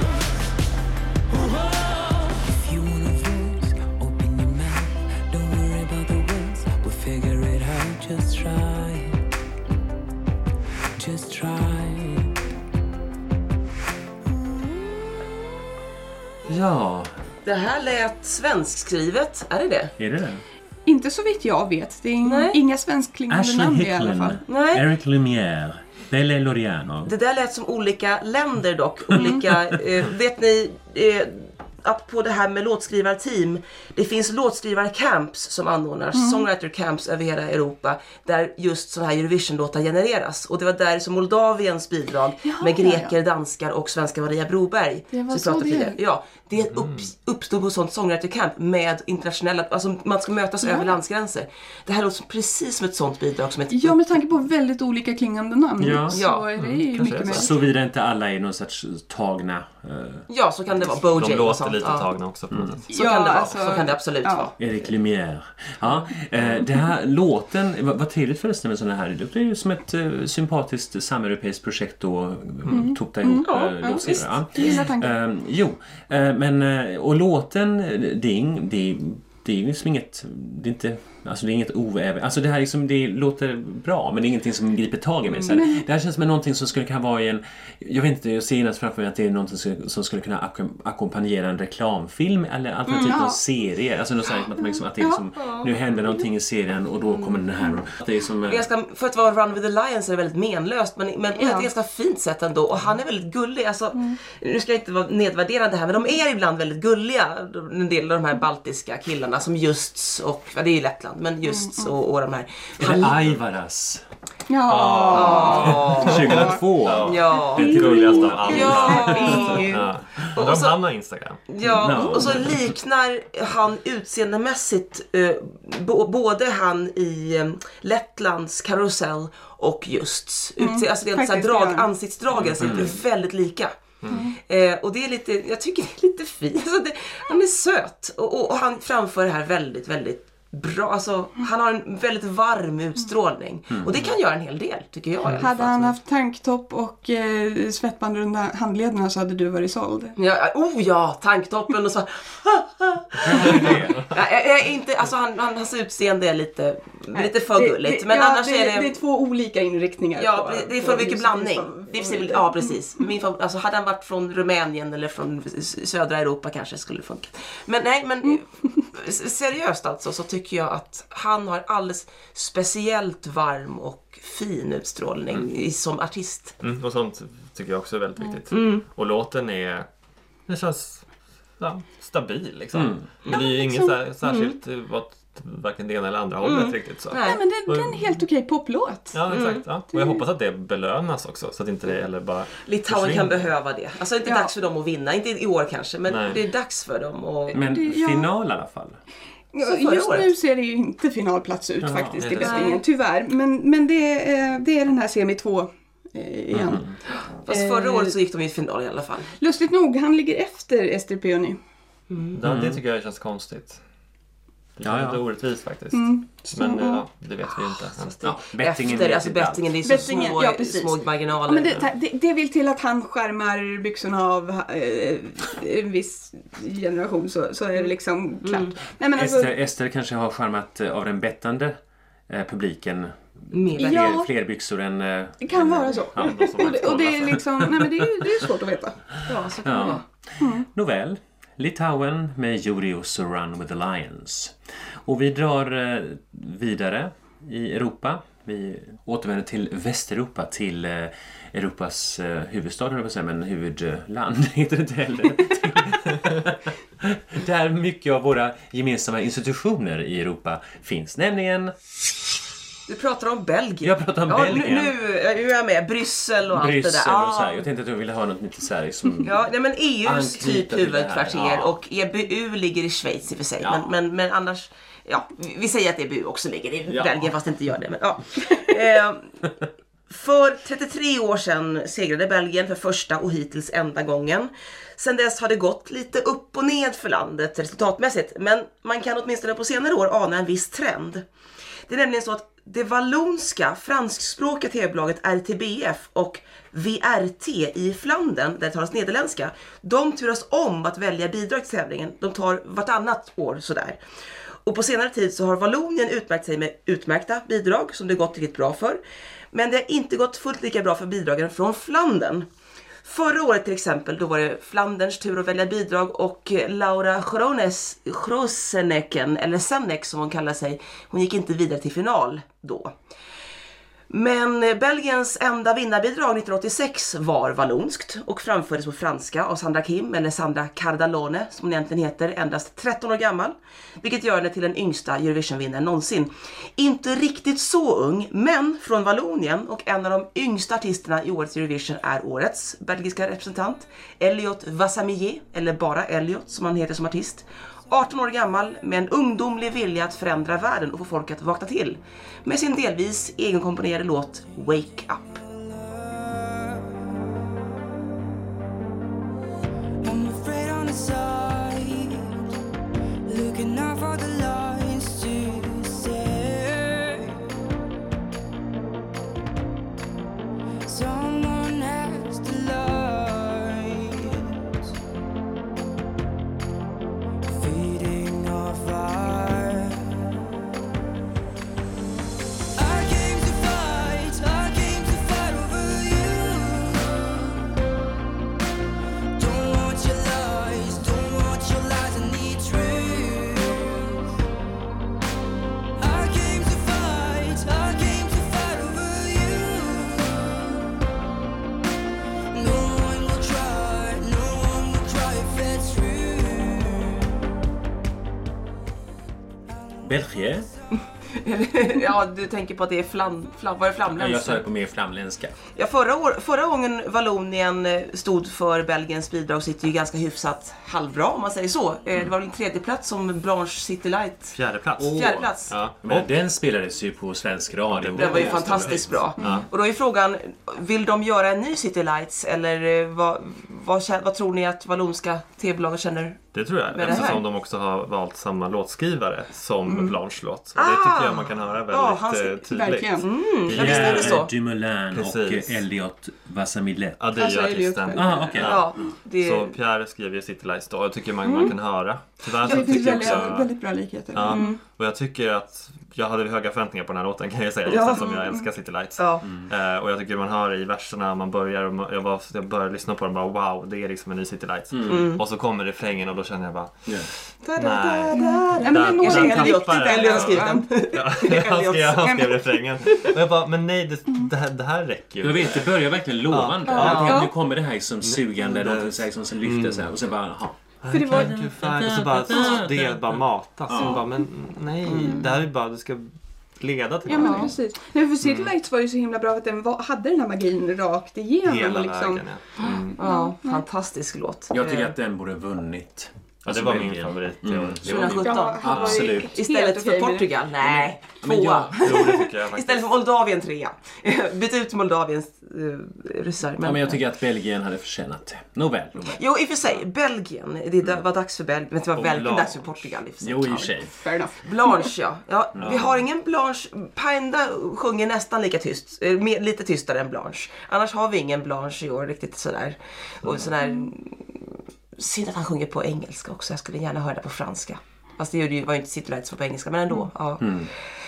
Speaker 1: If you wanna lose, open your mouth. Don't worry about the words. We'll figure it out. Just try. it. Just try. it.
Speaker 2: Ja,
Speaker 4: Det här lät svenskskrivet, är det det?
Speaker 2: är det det?
Speaker 3: Inte så vitt jag vet, det är
Speaker 4: Nej.
Speaker 3: inga svenskklingande
Speaker 2: Ashley
Speaker 3: namn i alla
Speaker 2: Hickman,
Speaker 3: fall.
Speaker 4: Nej.
Speaker 2: Eric Lumière, Belle Loriano.
Speaker 4: Det där lät som olika länder dock. Olika,
Speaker 3: Mm.
Speaker 4: eh, vet ni, eh, att på det här med låtskrivarteam. Det finns låtskrivarcamps som anordnas,
Speaker 3: Mm.
Speaker 4: songwritercamps över hela Europa. Där just sådana här Eurovision-låtar genereras. Och det var där som Moldaviens bidrag
Speaker 3: Ja,
Speaker 4: med
Speaker 3: ja,
Speaker 4: greker, danskar och svenska Maria Broberg.
Speaker 3: Det var
Speaker 4: som
Speaker 3: så
Speaker 4: pratade
Speaker 3: det
Speaker 4: tidigare. Ja, det
Speaker 5: Mm.
Speaker 4: upp, uppstod på sånt songwritercamp med internationella, alltså man ska mötas över landsgränser. Det här låter precis som ett sånt bidrag som ett
Speaker 3: Ja, med tanke på väldigt olika klingande namn
Speaker 2: Ja.
Speaker 3: så
Speaker 4: Ja.
Speaker 3: är det ju
Speaker 5: kanske
Speaker 3: mycket
Speaker 5: är
Speaker 3: möjligt.
Speaker 2: Såvida inte alla är någon sorts tagna. eh,
Speaker 4: Ja, så kan det vara. Bojay
Speaker 5: De
Speaker 4: och
Speaker 5: låter
Speaker 4: sånt.
Speaker 5: lite
Speaker 4: ja.
Speaker 5: tagna också på något sätt.
Speaker 4: Så
Speaker 3: Ja,
Speaker 4: kan det vara.
Speaker 3: alltså-
Speaker 4: så kan det absolut
Speaker 3: ja.
Speaker 4: vara.
Speaker 2: Erik Lumière. Ja, eh, den här låten, vad vad trevligt förresten med sådana här. Det låter ju som ett eh, sympatiskt sameuropeiskt projekt då. Mm. Tog det ihop
Speaker 4: Ja,
Speaker 2: eh,
Speaker 4: ja,
Speaker 2: låtskrivare,
Speaker 4: visst.
Speaker 2: ja.
Speaker 3: Gillar tanken.
Speaker 2: Eh, jo, eh, men eh, och låten, eh, det är, ing- det är, det är ju liksom inget, det är inte, alltså det är inget oäven. Alltså det här liksom, det låter bra men det är ingenting som griper tag i mig. Så här. Det här känns som någonting som skulle kunna vara i en, jag vet inte, jag ser nästan framför mig att det är någonting som, som skulle kunna akom- ackompanjera en reklamfilm eller alternativt
Speaker 3: Mm, ja.
Speaker 2: en serie. Alltså något sånt, att, man liksom, att det är liksom, nu händer någonting i serien och då kommer den här. Att det är som, eh,
Speaker 4: Ganska, för att vara Run with the Lions är det väldigt menlöst men, men på
Speaker 3: Ja. Mm.
Speaker 4: ett ganska fint sätt ändå och han är väldigt gullig. Alltså, Nu ska jag inte vara nedvärderande här men de är ibland väldigt gulliga. de- En del av de här baltiska killarna som Justs och, ja det är ju Lettland, men Justs
Speaker 3: Mm,
Speaker 4: och, och de här.
Speaker 2: eller
Speaker 4: Han-
Speaker 2: Aivaras
Speaker 3: Ja.
Speaker 2: 2002.
Speaker 4: Ja.
Speaker 5: Det gulligaste av alla.
Speaker 4: Ja.
Speaker 5: Ja.
Speaker 4: Och
Speaker 5: Undrar om
Speaker 4: så-
Speaker 5: han har Instagram.
Speaker 4: Ja,
Speaker 2: No.
Speaker 4: och så liknar han utseendemässigt eh, bo- både han i eh, Lettlands karusell och just utse- alltså det är så här
Speaker 3: Mm. faktiskt, det
Speaker 4: drag,
Speaker 3: gör han.
Speaker 4: ansiktsdragen ser ut väldigt lika. Eh, och det är lite, jag tycker det är lite fint. Alltså det, han är söt och, och, och han framför det här väldigt, väldigt bra. Alltså, han har en väldigt varm utstrålning och det kan göra en hel del tycker jag. i alla
Speaker 3: Hade
Speaker 4: fall.
Speaker 3: han haft tanktopp och eh, svettband runt handlederna så hade du varit såld.
Speaker 4: Ja, oh ja, tanktoppen och så. Nej, jag- jag är inte, alltså han, han, hans utseende är lite, lite för gulligt. Men
Speaker 3: ja,
Speaker 4: annars
Speaker 3: det,
Speaker 4: är det...
Speaker 3: Det är två olika inriktningar.
Speaker 4: Ja,
Speaker 3: på-
Speaker 4: det- det är
Speaker 3: på
Speaker 4: för mycket
Speaker 3: just- Mm.
Speaker 4: blandning.
Speaker 3: för-
Speaker 4: Det är
Speaker 3: för
Speaker 4: precis,
Speaker 3: mycket.
Speaker 4: ja, precis. Min favorit, alltså, hade han varit från Rumänien eller från s- södra Europa kanske skulle det funka. Men nej, men s- seriöst alltså så tycker jag att han har alldeles speciellt varm och fin utstrålning i, som artist.
Speaker 5: Mm, och sånt tycker jag också är väldigt viktigt.
Speaker 3: Mm.
Speaker 5: Och låten är... Den känns ja, stabil liksom.
Speaker 3: Mm.
Speaker 5: Men det är ju inget sär, särskilt mm. åt varken det ena eller andra hållet riktigt. Så.
Speaker 4: Nej.
Speaker 3: Mm. Nej, Mm. men det, det är en helt okej poplåt.
Speaker 5: Ja, exakt. Ja. Och jag hoppas att det belönas också så att inte det heller bara...
Speaker 4: Litauen kan
Speaker 5: försvinner.
Speaker 4: behöva det. Alltså det är inte
Speaker 3: Ja.
Speaker 4: dags för dem att vinna, inte i år kanske, men
Speaker 5: Nej.
Speaker 4: det är dags för dem. Och...
Speaker 2: Men
Speaker 3: ja.
Speaker 2: final i alla fall.
Speaker 3: Ja,
Speaker 4: Så förra
Speaker 3: Just
Speaker 4: året.
Speaker 3: nu ser det ju inte finalplats ut faktiskt i
Speaker 5: nej,
Speaker 3: bästingen, tyvärr. Men, men det, är, eh, det är den här semi 2 igen.
Speaker 4: Mm. Fast förra året
Speaker 3: Eh,
Speaker 4: så gick de i final i alla fall.
Speaker 3: Lustigt nog, han ligger efter Ester Peony.
Speaker 5: Ja, det tycker jag känns konstigt. Det känns
Speaker 2: Ja, ja.
Speaker 5: lite orättvist faktiskt.
Speaker 4: Mm.
Speaker 5: Men eh, ja, det vet vi ju inte. Men, ja.
Speaker 2: Bettingen
Speaker 4: Efter,
Speaker 2: vet
Speaker 4: alltså
Speaker 2: inte allt.
Speaker 4: bettingen, det är så
Speaker 3: Bettingen,
Speaker 4: små,
Speaker 3: ja, precis.
Speaker 4: små marginaler.
Speaker 3: Ja, men det, ta- det, det vill till att han skärmar byxorna av eh, en viss generation så, så är det liksom klart. Nej, men alltså,
Speaker 2: Ester, Ester kanske har charmat eh, av den bettande eh, publiken.
Speaker 4: Mer
Speaker 2: Fler,
Speaker 4: bett-
Speaker 3: Ja.
Speaker 2: fler byxor än... eh,
Speaker 3: det kan vara så.
Speaker 5: Ja, någon som
Speaker 3: Och det, och det är
Speaker 5: kollar.
Speaker 3: liksom, nej men det är ju det är ju svårt att veta.
Speaker 4: ja, så kan det
Speaker 2: ja.
Speaker 4: vara.
Speaker 2: Nåväl. Litauen med Jurius och Run with the Lions. Och vi drar eh, vidare i Europa. Vi återvänder till Västeuropa, till eh, Europas eh, huvudstad, höll jag på att säga, men huvudland heter det inte heller. Där mycket av våra gemensamma institutioner i Europa finns, nämligen
Speaker 4: Du pratar om Belgien.
Speaker 2: Jag pratar om
Speaker 4: ja,
Speaker 2: Belgien.
Speaker 4: Nu, nu, nu är jag med. Bryssel och allt det
Speaker 2: Bryssel
Speaker 4: där.
Speaker 2: och så här.
Speaker 4: Ah.
Speaker 2: Jag tänkte att jag ville ha något lite så här som...
Speaker 4: Ja, nej, men EUs
Speaker 2: Anknyta
Speaker 4: typ
Speaker 2: till det här,
Speaker 4: huvudkvarter
Speaker 2: ja.
Speaker 4: och EBU ligger i Schweiz i och för sig.
Speaker 2: Ja.
Speaker 4: Men, men, men annars, ja, vi vi säger att EBU också ligger i
Speaker 2: Ja.
Speaker 4: Belgien fast det inte gör det. Men, ja. eh, för 33 år sedan segrade Belgien för första och hittills enda gången. Sedan dess har det gått lite upp och ned för landet resultatmässigt, men man kan åtminstone på senare år ana en viss trend. Det är nämligen så att det vallonska franskspråkiga tv-bolaget RTBF och VRT i Flandern, där det talas nederländska, de turas om att välja bidrag till tävlingen. De tar vartannat år sådär. Och på senare tid så har Vallonien utmärkt sig med utmärkta bidrag som det gått riktigt bra för. Men det har inte gått fullt lika bra för bidragen från Flandern. Förra året till exempel, då var det Flanderns tur att välja bidrag och eh, Laura Schrones, Schroseneken, eller Senek som hon kallar sig, hon gick inte vidare till final då. Men eh, Belgiens enda vinnarbidrag 1986 var vallonskt och framfördes på franska av Sandra Kim, eller Sandra Cardalone som hon egentligen heter, endast 13 år gammal. Vilket gör henne till den yngsta Eurovisionvinnaren någonsin. Inte riktigt så ung, men från Vallonien och en av de yngsta artisterna i årets Eurovision är årets belgiska representant, Elliot Vassamier, eller bara Elliot som han heter som artist. 18 år gammal med en ungdomlig vilja att förändra världen och få folk att vakna till med sin delvis egenkomponerade låt Wake Up.
Speaker 6: I'm afraid on the side.
Speaker 2: Belgier.
Speaker 4: ja, du tänker på att det är flam, flam, var det
Speaker 2: Men jag sa
Speaker 4: flamländska?
Speaker 2: det på mer flamländska.
Speaker 4: Ja, förra, år, förra gången Vallonien eh, stod för Belgiens bidrag så gick det ju ganska hyfsat halvbra om man säger så. Eh, Det var väl en tredje plats som Blanche City Light.
Speaker 5: Fjärde plats.
Speaker 4: Fjärde plats.
Speaker 5: Ja.
Speaker 2: Men
Speaker 5: Och
Speaker 2: den spelades ju på svensk radio.
Speaker 4: Den var ju fantastiskt bra. Och då är frågan, vill de göra en ny City Lights eller eh, vad, vad, kä- vad tror ni att vallonska tv-bolaget känner?
Speaker 5: det tror jag.
Speaker 4: det här. Mm.
Speaker 5: Eftersom de också har valt samma låtskrivare som Blanche låt. Och det tycker jag man kan höra väldigt
Speaker 4: Ah. Ja, han ser-
Speaker 5: eh, tydligt.
Speaker 3: Verkligen.
Speaker 4: Ja, visst är det så.
Speaker 2: Dumoulin och
Speaker 5: Precis.
Speaker 2: Elliot Vassamillet.
Speaker 5: Ja, det är
Speaker 3: Alltså,
Speaker 5: ju
Speaker 3: är det ju
Speaker 5: artisten.
Speaker 3: själv.
Speaker 2: Ah, okej.
Speaker 4: Ja, det,
Speaker 5: Så Pierre skriver ju City Lights då. Jag tycker man,
Speaker 4: Mm.
Speaker 5: man kan höra. Tyvärr
Speaker 3: Ja,
Speaker 5: så
Speaker 3: det finns
Speaker 5: tycker jag
Speaker 3: väldigt,
Speaker 5: också...
Speaker 3: väldigt bra likheter.
Speaker 5: Ja,
Speaker 4: Mm.
Speaker 5: och jag tycker att jag hade höga förväntningar på den här låten kan jag säga.
Speaker 4: Ja.
Speaker 5: Ja. Som jag älskar City Lights.
Speaker 4: ja.
Speaker 5: Eh, och jag tycker man hör i verserna, man börjar, och man- jag, var, jag började lyssna på den och bara wow, det är liksom en ny City Lights.
Speaker 3: Mm.
Speaker 5: Och så kommer refrängen och då känner jag bara nej.
Speaker 3: Nej, men det
Speaker 5: Där-
Speaker 3: når
Speaker 5: där
Speaker 3: inte
Speaker 5: tappar
Speaker 3: riktigt
Speaker 5: jag.
Speaker 3: än.
Speaker 4: Elliot har skrivit den.
Speaker 5: Ja, han skrev, han skrev
Speaker 3: Elliot.
Speaker 5: refrängen. Och jag bara, men nej det, det, här, det här räcker ju.
Speaker 2: Jag vet, det börjar verkligen lovande.
Speaker 5: Ja.
Speaker 2: Jag tänkte,
Speaker 3: Ja.
Speaker 2: Nu kommer det här som sugande, någonting så här som som lyfter så här. Och sen bara, jaha.
Speaker 3: För det var-
Speaker 5: Thank you for- Och så bara, det bara matas. Och bara, men nej, det här är bara, det ska leda till
Speaker 3: Mm. Ja men
Speaker 5: någonting.
Speaker 3: precis. Nej, för City
Speaker 5: Mm.
Speaker 3: Lights var ju så himla bra för att den var, hade den här magin rakt igenom.
Speaker 5: Hela
Speaker 3: liksom.
Speaker 5: vägen. Ja. Mm.
Speaker 4: Ja, fantastisk låt.
Speaker 2: Jag tycker
Speaker 4: Eh,
Speaker 2: att den borde ha vunnit.
Speaker 5: Ja, det
Speaker 2: Alltså,
Speaker 5: var min
Speaker 2: Belgien.
Speaker 5: favorit.
Speaker 2: Mm.
Speaker 5: Mm.
Speaker 2: Det var min.
Speaker 3: Ja,
Speaker 4: 2017.
Speaker 3: han var ju
Speaker 2: Absolut.
Speaker 3: helt
Speaker 4: Istället
Speaker 3: okej
Speaker 4: för
Speaker 3: med det.
Speaker 4: Portugal? Nej,
Speaker 2: Men jag-
Speaker 4: tvåa.
Speaker 5: Jo, det tycker jag faktiskt.
Speaker 4: Istället för Moldavien trea. Byt ut Moldaviens uh, ryssar.
Speaker 2: Ja, men jag tycker att Belgien hade förtjänat det. Nåväl. nåväl.
Speaker 4: Jo, i och för sig. Belgien. Det da- var dags för Belgien. Men det var
Speaker 5: Och
Speaker 4: verkligen
Speaker 5: Blanche.
Speaker 4: dags för Portugal i och för sig.
Speaker 2: Jo, i och för sig.
Speaker 3: Fair enough.
Speaker 4: Blanche ja. ja vi har ingen Blanche. Painda sjunger nästan lika tyst. eh, Mer, lite tystare än Blanche. Annars har vi ingen Blanche i år riktigt sådär. Och sådär. mm, Synd att han sjunger på engelska också. Jag skulle gärna höra det på franska. Fast det gjorde ju- var ju inte City Lights var på engelska. Men ändå. Ja. Nej,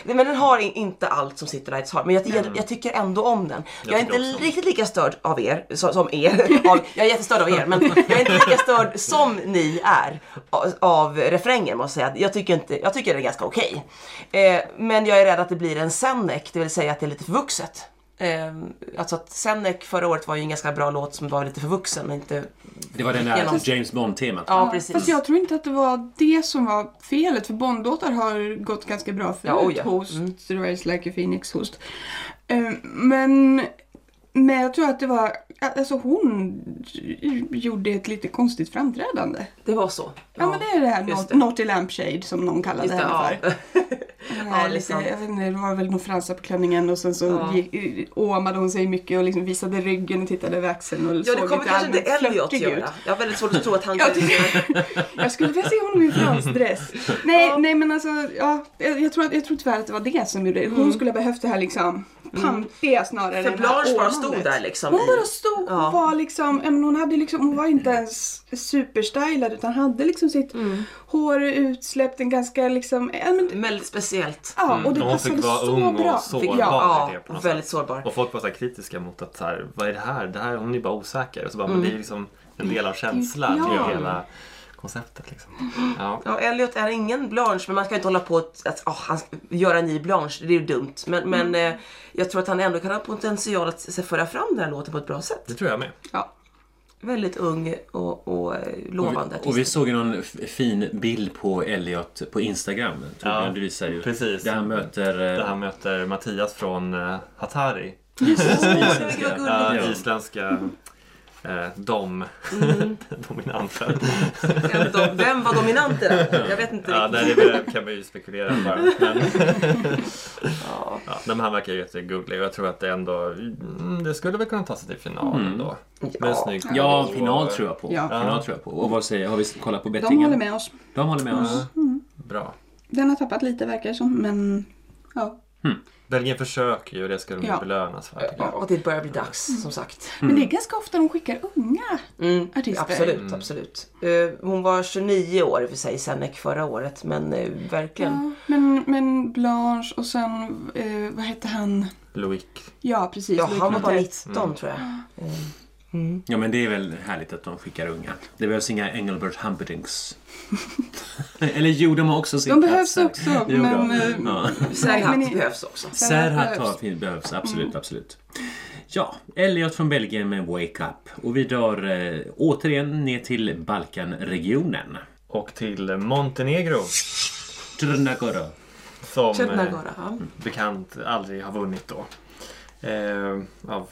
Speaker 4: Men den har in- inte allt som City Lights har. Men jag, jag, jag tycker ändå om den. Jag, är
Speaker 5: tycker
Speaker 4: inte
Speaker 5: också om
Speaker 4: riktigt lika störd av er som, som er. Av, jag är jättestörd av er men jag är inte lika störd som ni är av, av refrängen måste jag säga. Jag tycker, inte, jag tycker det är ganska okej. Eh, men jag är rädd att det blir en Senec, det vill säga att det är lite förvuxet. Eh, alltså att Senec förra året var ju en ganska bra låt som var lite förvuxen. men Inte,
Speaker 2: Det var den
Speaker 4: Genom-
Speaker 2: där James Bond-temat.
Speaker 4: ja,
Speaker 3: Fast
Speaker 4: precis.
Speaker 3: jag tror inte att det var det som var felet för Bondlåtar har gått ganska bra förut.
Speaker 4: Ja, oh ja.
Speaker 3: Host, Rise Like a Phoenix Host. Eh, Men, men jag tror att det var, alltså hon gjorde ett lite konstigt framträdande.
Speaker 4: Det var så.
Speaker 3: Ja, men det är det här
Speaker 4: just
Speaker 3: Naut-
Speaker 4: det.
Speaker 3: Naughty Lampshade som någon kallade
Speaker 4: Just det,
Speaker 3: henne
Speaker 4: ja.
Speaker 3: för.
Speaker 4: Ja, liksom. det
Speaker 3: Ja,
Speaker 4: är
Speaker 3: lite,
Speaker 4: sant.
Speaker 3: jag vet inte, det var väl någon fransa på klänningen och sen så
Speaker 4: Ja.
Speaker 3: gick, eh, åmade hon sig mycket och liksom visade ryggen och tittade över axeln och
Speaker 4: Ja,
Speaker 3: såg
Speaker 4: det kommer
Speaker 3: lite
Speaker 4: kanske inte
Speaker 3: allmänt
Speaker 4: Elliot
Speaker 3: flörtig ut.
Speaker 4: göra. Jag har väldigt svårt att tro att han
Speaker 3: Jag,
Speaker 4: kan
Speaker 3: tycker, jag skulle vilja se honom i en fransdress. Nej, nej men alltså, ja, jag, jag, tror att, jag tror tyvärr att det var det som gjorde det. Hon skulle ha behövt det här liksom pampiga snarare
Speaker 4: Mm. För
Speaker 3: än det här
Speaker 4: Blanche bara
Speaker 3: åmandet.
Speaker 4: stod där liksom.
Speaker 3: Hon
Speaker 4: i-
Speaker 3: bara stod och
Speaker 4: Ja.
Speaker 3: var liksom, ja, men hon, hade liksom, hon var inte ens superstylad utan hade liksom sitt
Speaker 4: Mm.
Speaker 3: hår utsläppt, en ganska liksom, ja, men,
Speaker 4: Väldigt speciellt.
Speaker 3: ja och det
Speaker 5: Och Mm, hon fick
Speaker 3: passade
Speaker 5: vara
Speaker 3: så
Speaker 5: ung
Speaker 3: bra.
Speaker 5: och sårbar.
Speaker 3: ja.
Speaker 4: Ja,
Speaker 5: i det på något
Speaker 4: väldigt
Speaker 5: sätt.
Speaker 4: sårbar.
Speaker 5: Och folk var så här kritiska mot att så här, vad är det här? Det här hon är ju bara osäker. Och så bara, men det är ju liksom en del av känslan
Speaker 3: Ja.
Speaker 5: i hela konceptet. Liksom. Ja.
Speaker 4: Ja, Elliot är ingen Blanche, men man ska inte hålla på att, att ah, han ska göra en ny Blanche, det är ju dumt. Men, men eh, jag tror att han ändå kan ha potential att se- föra fram den här låten på ett bra sätt.
Speaker 5: Det tror jag med.
Speaker 3: Ja.
Speaker 4: Väldigt ung och, och eh, lovande
Speaker 2: Och vi, och vi såg ju någon f- fin bild på Elliot på Instagram. Tror
Speaker 5: Ja,
Speaker 2: jag du visade ju.
Speaker 5: precis.
Speaker 2: Där han möter... eh,
Speaker 5: Där han möter Mattias från eh, Hatari.
Speaker 4: Åh, vad
Speaker 5: Ja,
Speaker 4: gulligt.
Speaker 5: isländska eh, dom. Mm. Dominanten.
Speaker 4: De- Vem var dominant i den? Jag vet inte
Speaker 5: Ja,
Speaker 4: riktigt.
Speaker 5: nej, det är väl- kan man ju spekulera bara. Men, ja, nej, men han verkar ju jättegooglig och jag tror att det ändå, mm, det skulle väl kunna ta sig till finalen då. Men snyggt.
Speaker 2: Mm. Ja, final tror jag på.
Speaker 3: Ja.
Speaker 2: Final tror jag på. Och vad säger, har vi kollat på
Speaker 3: De
Speaker 2: bettingen?
Speaker 3: håller med Mm. oss.
Speaker 2: De håller med oss.
Speaker 5: Bra.
Speaker 3: Den har tappat lite verkar det som, men ja.
Speaker 5: Belgien försöker ju och det ska de ju
Speaker 3: Ja.
Speaker 5: belönas för. tycker jag.
Speaker 4: Och det börjar bli dags, som sagt.
Speaker 3: Men det är ganska ofta de skickar unga
Speaker 4: Mm,
Speaker 3: artister.
Speaker 4: Absolut, absolut. Eh, hon var 29 år i och för sig, Senec förra året, men eh, verkligen.
Speaker 3: Ja, men, men Blanche och sen, eh, vad hette han?
Speaker 5: Loic.
Speaker 3: Ja, precis.
Speaker 4: Ja,
Speaker 3: Louis
Speaker 4: han var bara
Speaker 3: Vuitton.
Speaker 4: 19
Speaker 5: Mm.
Speaker 4: tror jag.
Speaker 2: Ja, men det är väl härligt att de skickar unga. Det behövs inga Engelbert Humperdinck's. Eller jo, de har också sin
Speaker 3: De
Speaker 2: plats
Speaker 3: behövs
Speaker 2: där.
Speaker 3: också,
Speaker 2: Jo,
Speaker 3: men, eh,
Speaker 2: de. Ja.
Speaker 4: Serhat
Speaker 3: men i-
Speaker 4: behövs också.
Speaker 2: Serhat
Speaker 3: behövs. Mm.
Speaker 2: har- behövs, absolut, absolut. Ja, Elliot från Belgien med Wake Up. Och vi drar eh, återigen ner till Balkanregionen.
Speaker 5: Och till Montenegro.
Speaker 2: Trnagora.
Speaker 5: Som
Speaker 4: Köp
Speaker 5: eh,
Speaker 4: Nagora. Ja.
Speaker 5: bekant aldrig har vunnit då. Eh, av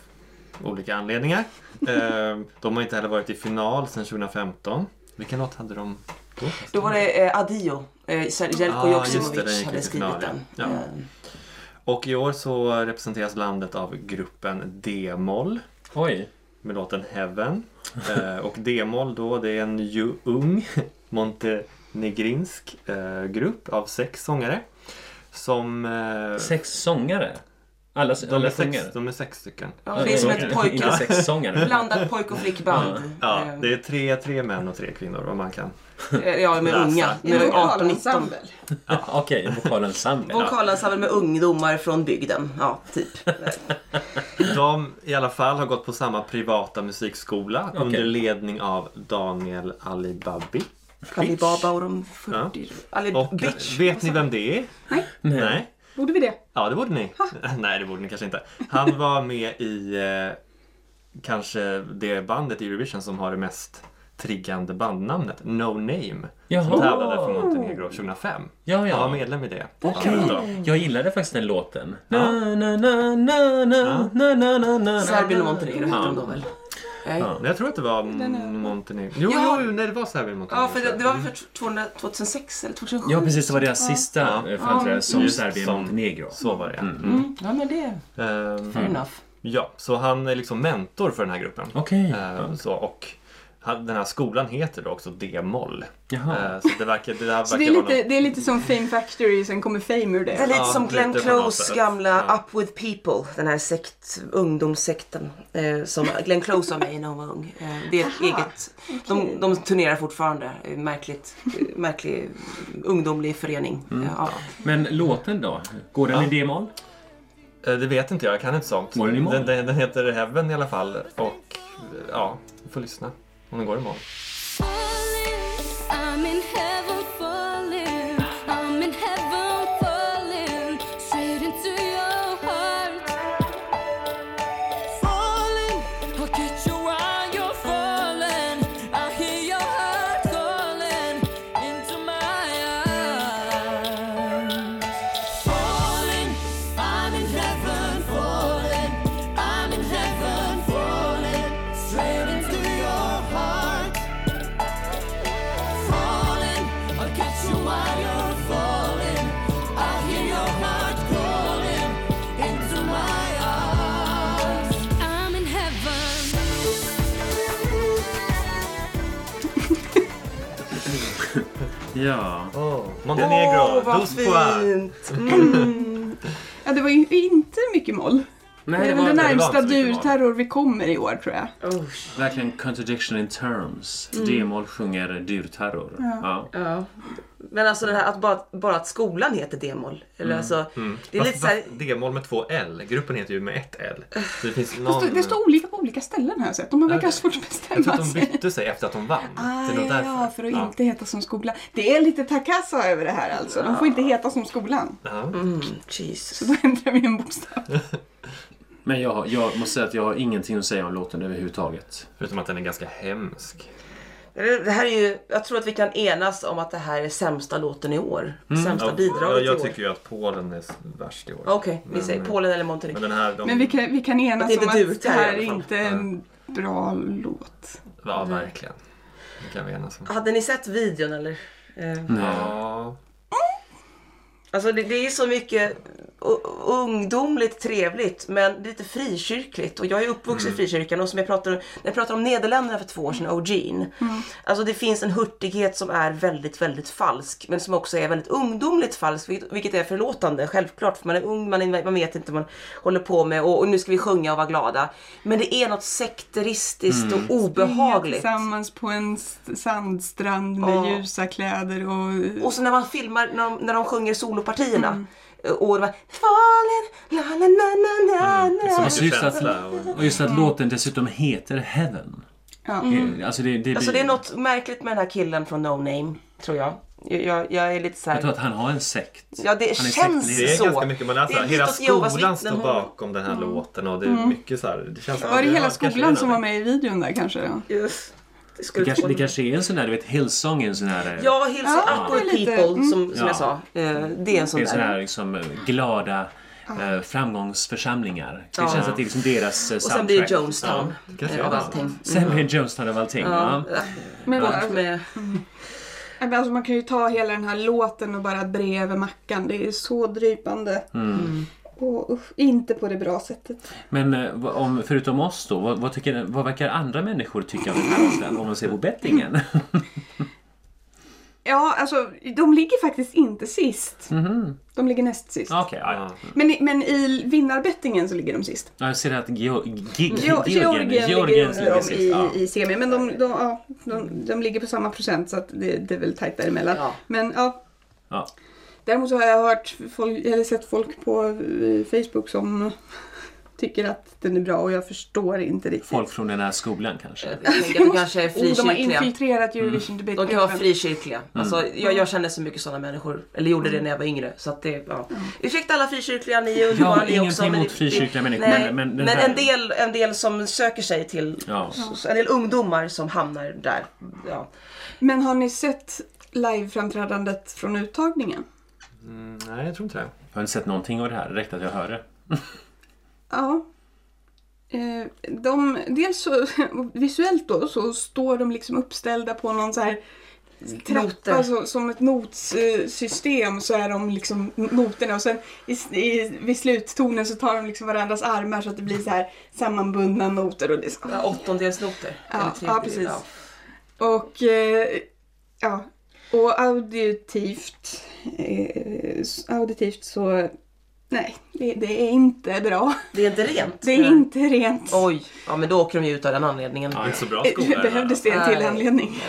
Speaker 5: olika anledningar. Eh, de har inte heller varit i final sedan 2015. Vilken låt hade de då?
Speaker 4: Då var det eh, Adio. Eh, Ser- Jelko
Speaker 5: Ah, just det, den gick
Speaker 4: Joksimovic
Speaker 5: i
Speaker 4: hade skrivit
Speaker 5: final, ja.
Speaker 4: den.
Speaker 5: Ja.
Speaker 4: Eh,
Speaker 5: Och i år så representeras landet av gruppen D-moll
Speaker 2: Oj.
Speaker 5: med låten Heaven. Eh, och D-moll då, det är en ju ung montenegrinsk eh, grupp av sex sångare. Som... Eh,
Speaker 2: Sex sångare? Alla,
Speaker 5: de,
Speaker 2: alla
Speaker 5: är sex,
Speaker 2: sjunger?
Speaker 5: de är sex stycken.
Speaker 4: Ja, det är som ett pojk,
Speaker 2: Inte sex sångare.
Speaker 4: blandat pojk och flickband.
Speaker 5: Ja,
Speaker 4: Eh,
Speaker 5: det är tre, tre män och tre kvinnor vad man kan.
Speaker 4: eh, ja, med
Speaker 5: Läsa.
Speaker 4: unga.
Speaker 3: Det är en
Speaker 4: Med 18-19.
Speaker 3: vokalensemble.
Speaker 2: Okej, vokalensemble.
Speaker 4: Vokalensemble med ungdomar från bygden. Ja, typ.
Speaker 5: De i alla fall har gått på samma privata musikskola
Speaker 2: Okej.
Speaker 5: under ledning av Daniel Alibabi.
Speaker 4: Alibaba och de 40.
Speaker 5: Och
Speaker 4: Alib- bitch.
Speaker 5: vet ni vem det är?
Speaker 3: Nej.
Speaker 5: Nej.
Speaker 3: Borde vi det?
Speaker 5: Ja, det borde ni. Nej, det borde ni kanske inte. Han var med i eh, kanske det bandet i Eurovision som har det mest triggande bandnamnet, No Name. Som
Speaker 2: Jaha.
Speaker 5: tävlade för Montenegro 2005.
Speaker 2: Ja,
Speaker 5: Han var
Speaker 2: ja.
Speaker 5: medlem i det.
Speaker 2: Jag gillade faktiskt den låten.
Speaker 5: Ja.
Speaker 2: Na, na, na, na, na, na, na, na, na.
Speaker 4: Serbien och Montenegro hette de då väl? Nej.
Speaker 2: Ja.
Speaker 5: Nej, Jag tror att det var
Speaker 3: är-
Speaker 5: Montenegro. Jo,
Speaker 4: Ja.
Speaker 5: jo, nej, det var Serbien Montenegro. Mm.
Speaker 4: Ja, för det, det var väl för 200 2006 eller 2007?
Speaker 2: Ja, precis. Det var deras
Speaker 5: Ja.
Speaker 2: sista eh, framträdande som
Speaker 5: Just
Speaker 2: Serbien och
Speaker 5: som-
Speaker 2: Montenegro.
Speaker 5: Så var det, mm.
Speaker 4: Mm. Ja, men det är
Speaker 5: Ehm,
Speaker 4: fair enough.
Speaker 5: Ja, så han är liksom mentor för den här gruppen.
Speaker 2: Okej.
Speaker 5: Eh, så, och han, den här skolan heter då också D-moll.
Speaker 2: Jaha.
Speaker 5: Eh, så det verkar, det där
Speaker 3: Så
Speaker 5: verkar
Speaker 3: det är,
Speaker 5: vara
Speaker 3: lite, det är lite som Fame Factory, sen kommer Fame ur
Speaker 4: Det är
Speaker 3: det.
Speaker 4: lite
Speaker 5: Ja,
Speaker 4: som Glenn
Speaker 5: lite på något
Speaker 4: Close
Speaker 5: sätt.
Speaker 4: gamla
Speaker 5: Ja.
Speaker 4: Up with People, den här sekt, ungdomssekten eh, som Glenn Close var med i när hon var ung. Eh, det är ett eget, de, de turnerar fortfarande, Eh, märkligt, eh, märklig ungdomlig förening.
Speaker 5: Mm.
Speaker 4: Eh, ja.
Speaker 2: Men låten då? Går den i D-moll?
Speaker 5: någon- eh, det vet inte jag, jag kan inte sånt.
Speaker 2: Går den i moll?
Speaker 5: Den, den, den heter Heaven i alla fall. Och eh, ja, vi får lyssna om den går i moll.
Speaker 7: Falling, I'm in heaven falling. I'm in heaven falling. Straight into your heart. Falling, I'll catch you while you're falling. I hear your heart calling into my eyes. Falling, I'm in heaven falling. I'm in heaven falling. Straight into your heart. Falling, I'll catch you while you're falling. I hear your heart calling into my arms. I'm in heaven.
Speaker 2: Ja.
Speaker 5: Oh, Montenegro,
Speaker 4: Åh, vad
Speaker 5: dos pois.
Speaker 4: fint!
Speaker 3: Ja, det var ju inte mycket moll.
Speaker 2: Nej,
Speaker 3: Det är
Speaker 2: det
Speaker 3: väl
Speaker 2: var
Speaker 3: det
Speaker 5: det var
Speaker 3: närmsta
Speaker 5: inte så mycket
Speaker 3: durterror vi kommer i år tror jag.
Speaker 4: Oh,
Speaker 2: verkligen contradiction in terms. D-moll sjunger durterror. Ja.
Speaker 4: Mm. Ja. Men alltså det här att bara, bara att skolan heter D-moll. Eller
Speaker 5: Mm.
Speaker 4: alltså, det är lite så här,
Speaker 5: D-moll med två L. Gruppen heter ju med ett L. Så det finns någon...
Speaker 3: Fast det- det står olika på olika ställen här så att de har verkar ha svårt att
Speaker 5: jag tror
Speaker 3: bestämma
Speaker 5: att de
Speaker 3: sig.
Speaker 5: bytte sig efter att de vann.
Speaker 3: Ah,
Speaker 5: det är nog
Speaker 3: ja, ja,
Speaker 5: därför.
Speaker 3: för att
Speaker 5: Ja.
Speaker 3: inte heta som skolan. Det är lite Takasa över det här alltså. De får inte heta som skolan.
Speaker 5: Ja.
Speaker 4: mm, Jesus.
Speaker 3: Så då ändrar vi en bokstav.
Speaker 2: Men jag, har- jag måste säga att jag har ingenting att säga om låten överhuvudtaget.
Speaker 5: Förutom att den är ganska hemsk.
Speaker 4: Det det här är ju, jag tror att vi kan enas om att det här är sämsta låten i år. Sämsta
Speaker 5: jag,
Speaker 4: bidraget
Speaker 5: jag
Speaker 4: i år.
Speaker 5: tycker ju att Polen är s- värst i år.
Speaker 4: Okej, vi
Speaker 5: Men,
Speaker 4: säger
Speaker 5: eh,
Speaker 4: Polen eller Montenegro.
Speaker 5: Men den här, de,
Speaker 3: Men vi kan, vi
Speaker 4: Att
Speaker 3: kan
Speaker 4: det
Speaker 3: enas
Speaker 4: inte
Speaker 3: om att det
Speaker 4: dutar i
Speaker 3: här är
Speaker 4: alla fall.
Speaker 3: inte en bra låt.
Speaker 5: ja verkligen. Det kan vi enas om.
Speaker 4: Hade ni sett videon eller? Eh,
Speaker 5: Ja.
Speaker 4: Alltså det, det är så mycket u- ungdomligt trevligt men lite frikyrkligt. Och jag är uppvuxen i frikyrkan och som jag pratade om, när jag pratade om Nederländerna för två år sedan, Eugene. Alltså det finns en hurtighet som är väldigt, väldigt falsk men som också är väldigt ungdomligt falsk vilket, vilket är förlåtande självklart för man är ung, man, är, man vet inte vad man håller på med och, och nu ska vi sjunga och vara glada. Men det är något sekteristiskt och obehagligt.
Speaker 3: Tillsammans på en st- sandstrand med
Speaker 4: Ja.
Speaker 3: ljusa kläder och...
Speaker 4: Och så när man filmar, när de, när de sjunger solopartierna. Eh, Och de bara, Fallen, la la la la la la.
Speaker 5: Mm.
Speaker 2: Alltså just att,
Speaker 5: Känsla och-
Speaker 2: och just att låten dessutom heter Heaven.
Speaker 3: Ja.
Speaker 2: Eh, Alltså det, det,
Speaker 4: Alltså
Speaker 2: blir-
Speaker 4: det är något märkligt med den här killen från No Name, tror jag. Jag, jag, jag är lite så
Speaker 2: Jag tror
Speaker 4: här.
Speaker 2: att han har en sekt.
Speaker 4: Ja, det
Speaker 2: han är
Speaker 4: känns
Speaker 2: sektled.
Speaker 5: Det är
Speaker 4: så.
Speaker 5: ganska mycket man läser.
Speaker 4: Det är
Speaker 5: Hela
Speaker 4: lite åt Jehovas
Speaker 5: skolan
Speaker 4: vittnen
Speaker 5: står
Speaker 4: håll.
Speaker 5: bakom den här
Speaker 4: Mm.
Speaker 5: låten och det är mycket så här. Det känns som-
Speaker 3: Var det
Speaker 5: Ja,
Speaker 3: hela
Speaker 5: kanske
Speaker 3: skolan
Speaker 5: är
Speaker 3: som var med i videon där kanske?
Speaker 4: Yes. Det
Speaker 2: Det
Speaker 4: skulle
Speaker 2: kanske, det
Speaker 4: förvåna mig.
Speaker 2: kanske är en sån där, du vet Hillsong är en sån här... eh,
Speaker 4: Ja, Hills
Speaker 3: Ja,
Speaker 4: ja, Outward
Speaker 3: det är lite-
Speaker 4: People
Speaker 3: mm.
Speaker 4: som, som
Speaker 2: Ja.
Speaker 4: jag sa. Eh, det är en
Speaker 2: Det
Speaker 4: sån
Speaker 2: är sån här
Speaker 4: där.
Speaker 2: liksom eh, glada eh, framgångsförsamlingar. Det
Speaker 4: Ja.
Speaker 2: känns att det är liksom deras eh,
Speaker 4: Och sen blir det
Speaker 2: soundtrack.
Speaker 4: Jonestown
Speaker 5: kanske
Speaker 4: eh,
Speaker 5: är
Speaker 4: av
Speaker 5: det.
Speaker 4: allting.
Speaker 2: Sen blir det Jonestown av allting. Ja.
Speaker 4: Ja.
Speaker 3: Men alltså,
Speaker 4: Bort med...
Speaker 3: Men Alltså man kan ju ta hela den här låten och bara bre över mackan. Det är så drypande. Mm. Och usch, inte på det bra sättet.
Speaker 2: Men eh, vad- om, förutom oss då, vad, vad, tycker, vad verkar andra människor tycka om den här låten? Om man ser på bettingen?
Speaker 3: Ja, alltså de ligger faktiskt inte sist. De ligger näst sist.
Speaker 2: Ja, Okej, ja, ja.
Speaker 5: Ja.
Speaker 3: Men, i- men i vinnarbettingen så ligger de sist.
Speaker 2: Ja, Jag ser att Geo- Ge- Ge-
Speaker 3: Jo, Mm. Georgien,
Speaker 2: Georgien
Speaker 3: ligger
Speaker 2: Georgien
Speaker 3: under dem
Speaker 2: ligger
Speaker 3: i,
Speaker 2: sist. Ja.
Speaker 3: i semi. Men de, de, ja, de, de ligger på samma procent så att det, det är väl tajt däremellan.
Speaker 4: Ja.
Speaker 3: Men ja,
Speaker 2: Ja.
Speaker 3: Däremot så har jag hört folk, eller sett folk på eh, Facebook som tycker att den är bra och jag förstår inte riktigt.
Speaker 2: Folk från den här skolan kanske.
Speaker 4: Jag tänker att de kanske är
Speaker 3: oh, de har
Speaker 4: frikyrkliga.
Speaker 3: infiltrerat Eurovision Debate
Speaker 4: De kan vara
Speaker 3: Club.
Speaker 4: frikyrkliga.
Speaker 2: Mm.
Speaker 4: Alltså, jag, jag känner så mycket sådana människor. Eller gjorde det när jag var yngre. Så att det, ja. Ursäkta alla frikyrkliga, ni är
Speaker 2: Jag
Speaker 4: underbara
Speaker 2: har
Speaker 4: ni också.
Speaker 2: ingenting
Speaker 4: men
Speaker 2: mot
Speaker 4: det-
Speaker 2: frikyrkliga människor.
Speaker 4: Nej,
Speaker 2: men-
Speaker 4: men,
Speaker 2: Men den här-
Speaker 4: en, del, en del som söker sig till,
Speaker 2: Ja.
Speaker 4: s- en del ungdomar som hamnar där. Ja.
Speaker 3: Men har ni sett liveframträdandet från uttagningen?
Speaker 5: Mm, nej, jag tror inte det.
Speaker 2: Jag har inte sett någonting av det här. Det räckte att jag hörde.
Speaker 3: Ja. Eh, De, dels så, visuellt då så står de liksom uppställda på någon så här trappa
Speaker 4: Noter.
Speaker 3: så, som ett notsystem så är de liksom noterna och sen i, i, vid sluttonen så tar de liksom varandras armar så att det blir så här sammanbundna noter och det är så.
Speaker 4: Ja, Åttondelsnoter.
Speaker 3: Ja,
Speaker 4: Eller
Speaker 3: ja, precis.
Speaker 4: ja.
Speaker 3: Och eh, ja, och auditivt eh, auditivt så nej, det, det är inte bra.
Speaker 4: Det är inte rent.
Speaker 3: Det är inte rent.
Speaker 4: Oj, ja men då åker de ju ut av den anledningen.
Speaker 5: Ja, inte så bra skola.
Speaker 3: Eh,
Speaker 5: är det här.
Speaker 3: Behövdes det en till
Speaker 4: Nej.
Speaker 3: anledning?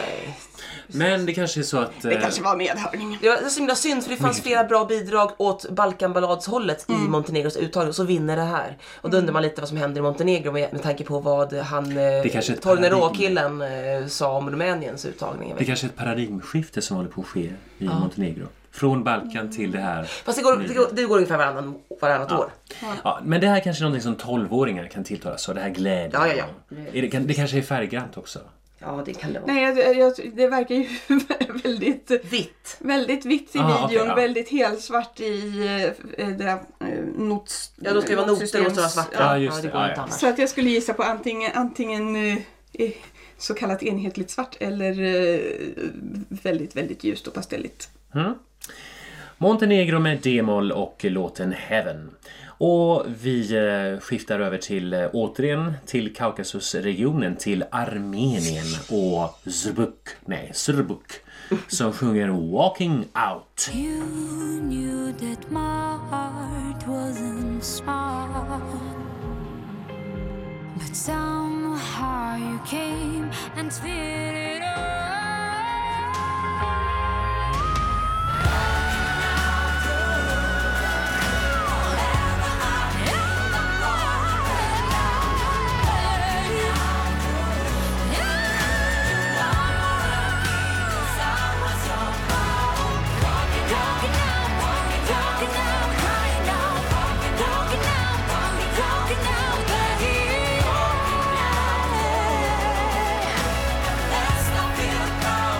Speaker 2: Men det kanske är så att...
Speaker 3: Det
Speaker 2: eh,
Speaker 3: kanske var medhörning.
Speaker 4: Det var så himla synd för det
Speaker 2: Mm.
Speaker 4: fanns flera bra bidrag åt Balkanballadshållet i Montenegros uttagning och så vinner det här. Och då undrar man lite vad som händer i Montenegro med, med tanke på vad han
Speaker 2: kanske är ett
Speaker 4: Tornerå-killen eh, sa om Rumäniens uttagning. jag vet
Speaker 2: Det kanske är ett paradigmskifte som håller på att ske i Montenegro. Från
Speaker 3: Mm.
Speaker 2: Balkan till det här.
Speaker 4: Fast det går, det går, det går ungefär varannan, varannat år.
Speaker 2: Mm. Ja, men det här kanske är någonting som 12-åringar kan tilltalas av. Det här glädjen.
Speaker 4: Ja, ja, ja.
Speaker 2: Är det, kan, det kanske är färggrant också.
Speaker 4: Ja, det kan det vara.
Speaker 3: Nej, jag, jag, det verkar ju väldigt,
Speaker 4: Vitt.
Speaker 3: väldigt vitt i
Speaker 2: Ah,
Speaker 3: videon,
Speaker 2: okej, ja.
Speaker 3: väldigt helsvart i eh, det där eh, nots...
Speaker 4: Ja, då ska det vara noter och så vara svarta.
Speaker 2: Ja, just det.
Speaker 4: går
Speaker 2: Ja,
Speaker 4: inte
Speaker 2: ja.
Speaker 4: annars.
Speaker 3: Så att jag skulle gissa på antingen, antingen eh, eh, så kallat enhetligt svart eller eh, väldigt, väldigt ljust och pastelligt.
Speaker 2: Montenegro med D-moll och låten Heaven. Och vi eh, skiftar över till eh, återigen till Kaukasusregionen, till Armenien och Zrbuk, nej Zrbuk, som sjunger Walking Out.
Speaker 7: You knew that my heart wasn't smart, but somehow you came and filled it up.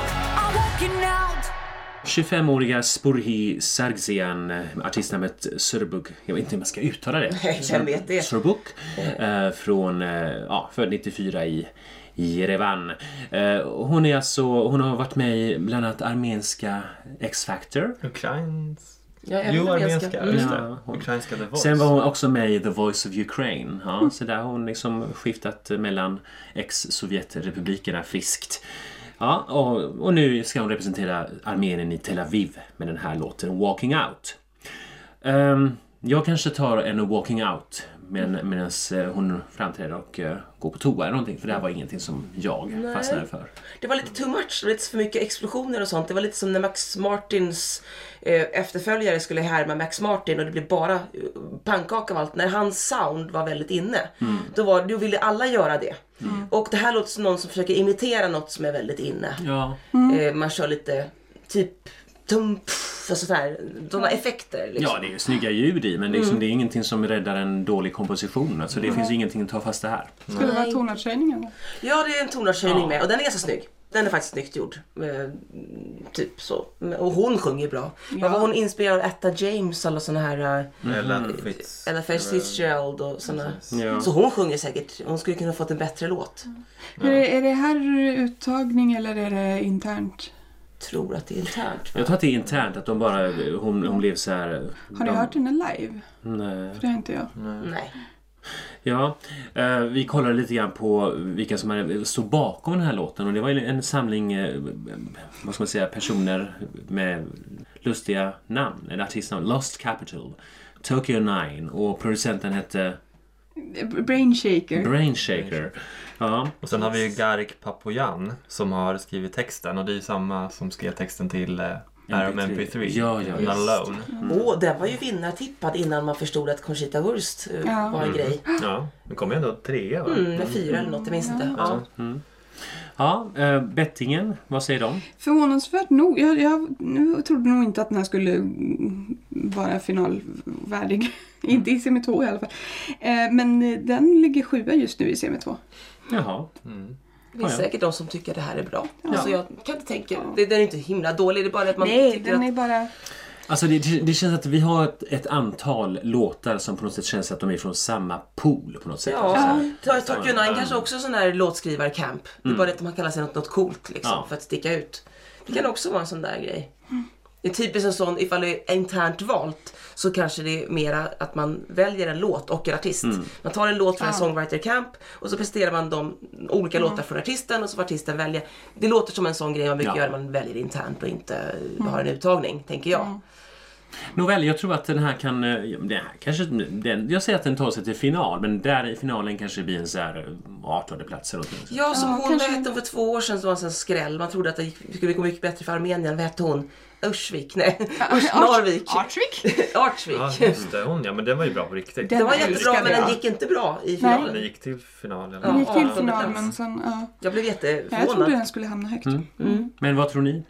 Speaker 7: out
Speaker 2: 25-åriga Spurhi Sargzian, eh, artistnamnet Surbuk, jag vet inte hur man ska uttala det.
Speaker 4: Nej, vem vet det?
Speaker 2: Surbuk, eh, från, eh, ja, född 94 i Jerevan. Eh, hon, är alltså, hon har varit med i bland annat armenska X-Factor.
Speaker 5: Ukrains...
Speaker 4: Ja, även
Speaker 5: Jo,
Speaker 4: armenska.
Speaker 5: armenska. Mm. Just
Speaker 2: Ja,
Speaker 5: det.
Speaker 2: hon-
Speaker 5: Ukrainska The Voice.
Speaker 2: Sen var hon också med i The Voice of Ukraine. Ja, Så där har hon liksom skiftat mellan ex-Sovjetrepublikerna friskt. Ja, och, och nu ska hon representera Armenien i Tel Aviv med den här låten Walking Out. Ehm, jag kanske tar en Walking Out medan hon framträder och eh, går på toa eller någonting för det här var ingenting som jag fastnade för.
Speaker 4: Det var lite too much, lite för mycket explosioner och sånt. Det var lite som när Max Martins eh, efterföljare skulle härma Max Martin och det blev bara eh, pannkaka av allt. När hans sound var väldigt inne,
Speaker 2: Mm.
Speaker 4: då, var, då ville alla göra det. Och det här låter som någon som försöker imitera något som är väldigt inne.
Speaker 2: Ja,
Speaker 4: Eh, man kör lite typ dum, pff, och sådär. Sådana effekter. Liksom.
Speaker 2: Ja, det är ju snygga ljud i men liksom, det är ingenting som räddar en dålig komposition. Alltså, det finns ingenting att ta fasta här.
Speaker 3: Skulle det vara tonartshöjningen?
Speaker 4: Ja, det är en tonartshöjning
Speaker 2: Ja.
Speaker 4: med och den är ganska snygg. Den är faktiskt snyggt gjord. Eh, typ så. Och hon sjunger bra. Vad var hon inspirerad av? Etta James alla såna här eh,
Speaker 2: Mm.
Speaker 5: Ellen Fitz.
Speaker 4: Ella Fitzgerald och såna.
Speaker 5: Precis.
Speaker 2: Ja.
Speaker 4: Så hon sjunger säkert. Hon skulle kunna fått en bättre låt.
Speaker 3: Är, det, är det här uttagning eller är det internt?
Speaker 4: Tror att det är internt.
Speaker 2: Jag tror att det är internt att de bara, hon, hon blev så här...
Speaker 3: Har ni
Speaker 2: de,
Speaker 3: hört henne live?
Speaker 2: Nej.
Speaker 3: För det har inte jag.
Speaker 4: Nej.
Speaker 2: Ja, eh, vi kollade lite grann på vilka som hade- stod bakom den här låten och det var ju en samling, eh, vad ska man säga, personer med lustiga namn, eller artistnamn. Lost Capital, Tokyo 9 och producenten hette
Speaker 3: Brain shaker.
Speaker 2: Brain Shaker. Ja,
Speaker 5: Och sen har vi ju Garik Papoyan som har skrivit texten och det är ju samma som skrev texten till eh, Air
Speaker 2: MP3.
Speaker 5: MP3.
Speaker 2: Ja, ja,
Speaker 5: Not
Speaker 2: just.
Speaker 5: Alone.
Speaker 4: Och den var ju vinnartippad innan man förstod att Conchita Wurst eh,
Speaker 3: Ja.
Speaker 4: var en grej.
Speaker 5: Ja, nu kommer jag ändå trea va?
Speaker 4: Mm, med fyra eller något, jag minns inte. Ja.
Speaker 2: ja eh, Bettingen, vad säger de?
Speaker 3: Förvånansvärt nog. Jag, jag nu trodde nog inte att den här skulle mm, vara finalvärdig. inte i semi 2 E i alla fall. Eh, men eh, den ligger sjua just nu i E semi 2.
Speaker 2: Jaha.
Speaker 4: Det finns
Speaker 2: Ja, ja.
Speaker 4: säkert de som tycker det här är bra. Alltså jag kan inte tänka, det, den är inte himla dålig. Det är bara det att man
Speaker 3: Nej,
Speaker 4: tycker
Speaker 3: den
Speaker 4: att...
Speaker 3: är bara...
Speaker 2: Alltså det, det känns att vi har ett, ett antal låtar som på något sätt känns att de är från samma pool på något sätt. Alltså så
Speaker 4: Ja,
Speaker 2: här.
Speaker 4: Ta- Tokyo 9 kanske också är sån här låtskrivarkamp. Det är bara det att man kallar sig något, något coolt liksom,
Speaker 2: Mm. Ja.
Speaker 4: för att sticka ut. Det kan också vara en sån där grej. Det är typiskt en sån, ifall det är internt valt så kanske det är mera att man väljer en låt och en artist.
Speaker 2: Mm.
Speaker 4: Man tar en låt från en songwriter-camp och så presenterar man de olika låtar från artisten och så får artisten välja. Det låter som en sån grej man brukar
Speaker 2: Ja.
Speaker 4: göra, man väljer internt och inte har en uttagning, tänker jag.
Speaker 2: Nåväl, jag tror att den här kan... eh, ja, Den här kanske, den, jag säger att den tar sig till final, men där i finalen kanske det blir en så här eh, 18 plats eller någonting.
Speaker 4: Ja, som
Speaker 3: Ja,
Speaker 4: hon,
Speaker 3: kanske.
Speaker 4: vad hette hon för två år sedan som var en sån skräll. Man trodde att det gick- skulle gå mycket bättre för Armenien. Vad hette hon? Ursvik? Nej, Urs, Narvik.
Speaker 3: Artvik?
Speaker 5: Ja,
Speaker 4: Artvik.
Speaker 5: just det. Hon ja, men den var ju bra på riktigt.
Speaker 4: Den var
Speaker 3: Jag
Speaker 4: jättebra
Speaker 3: älskar
Speaker 4: men den
Speaker 3: det.
Speaker 4: gick inte bra i
Speaker 3: Nej.
Speaker 4: finalen.
Speaker 5: Den gick till final. Eller?
Speaker 3: Den
Speaker 4: Ja.
Speaker 3: gick till
Speaker 4: Ja.
Speaker 3: final men sen... Ja.
Speaker 4: Jag blev
Speaker 3: Jag trodde
Speaker 4: jätteförvånad.
Speaker 3: den skulle hamna högt.
Speaker 2: Men vad tror ni?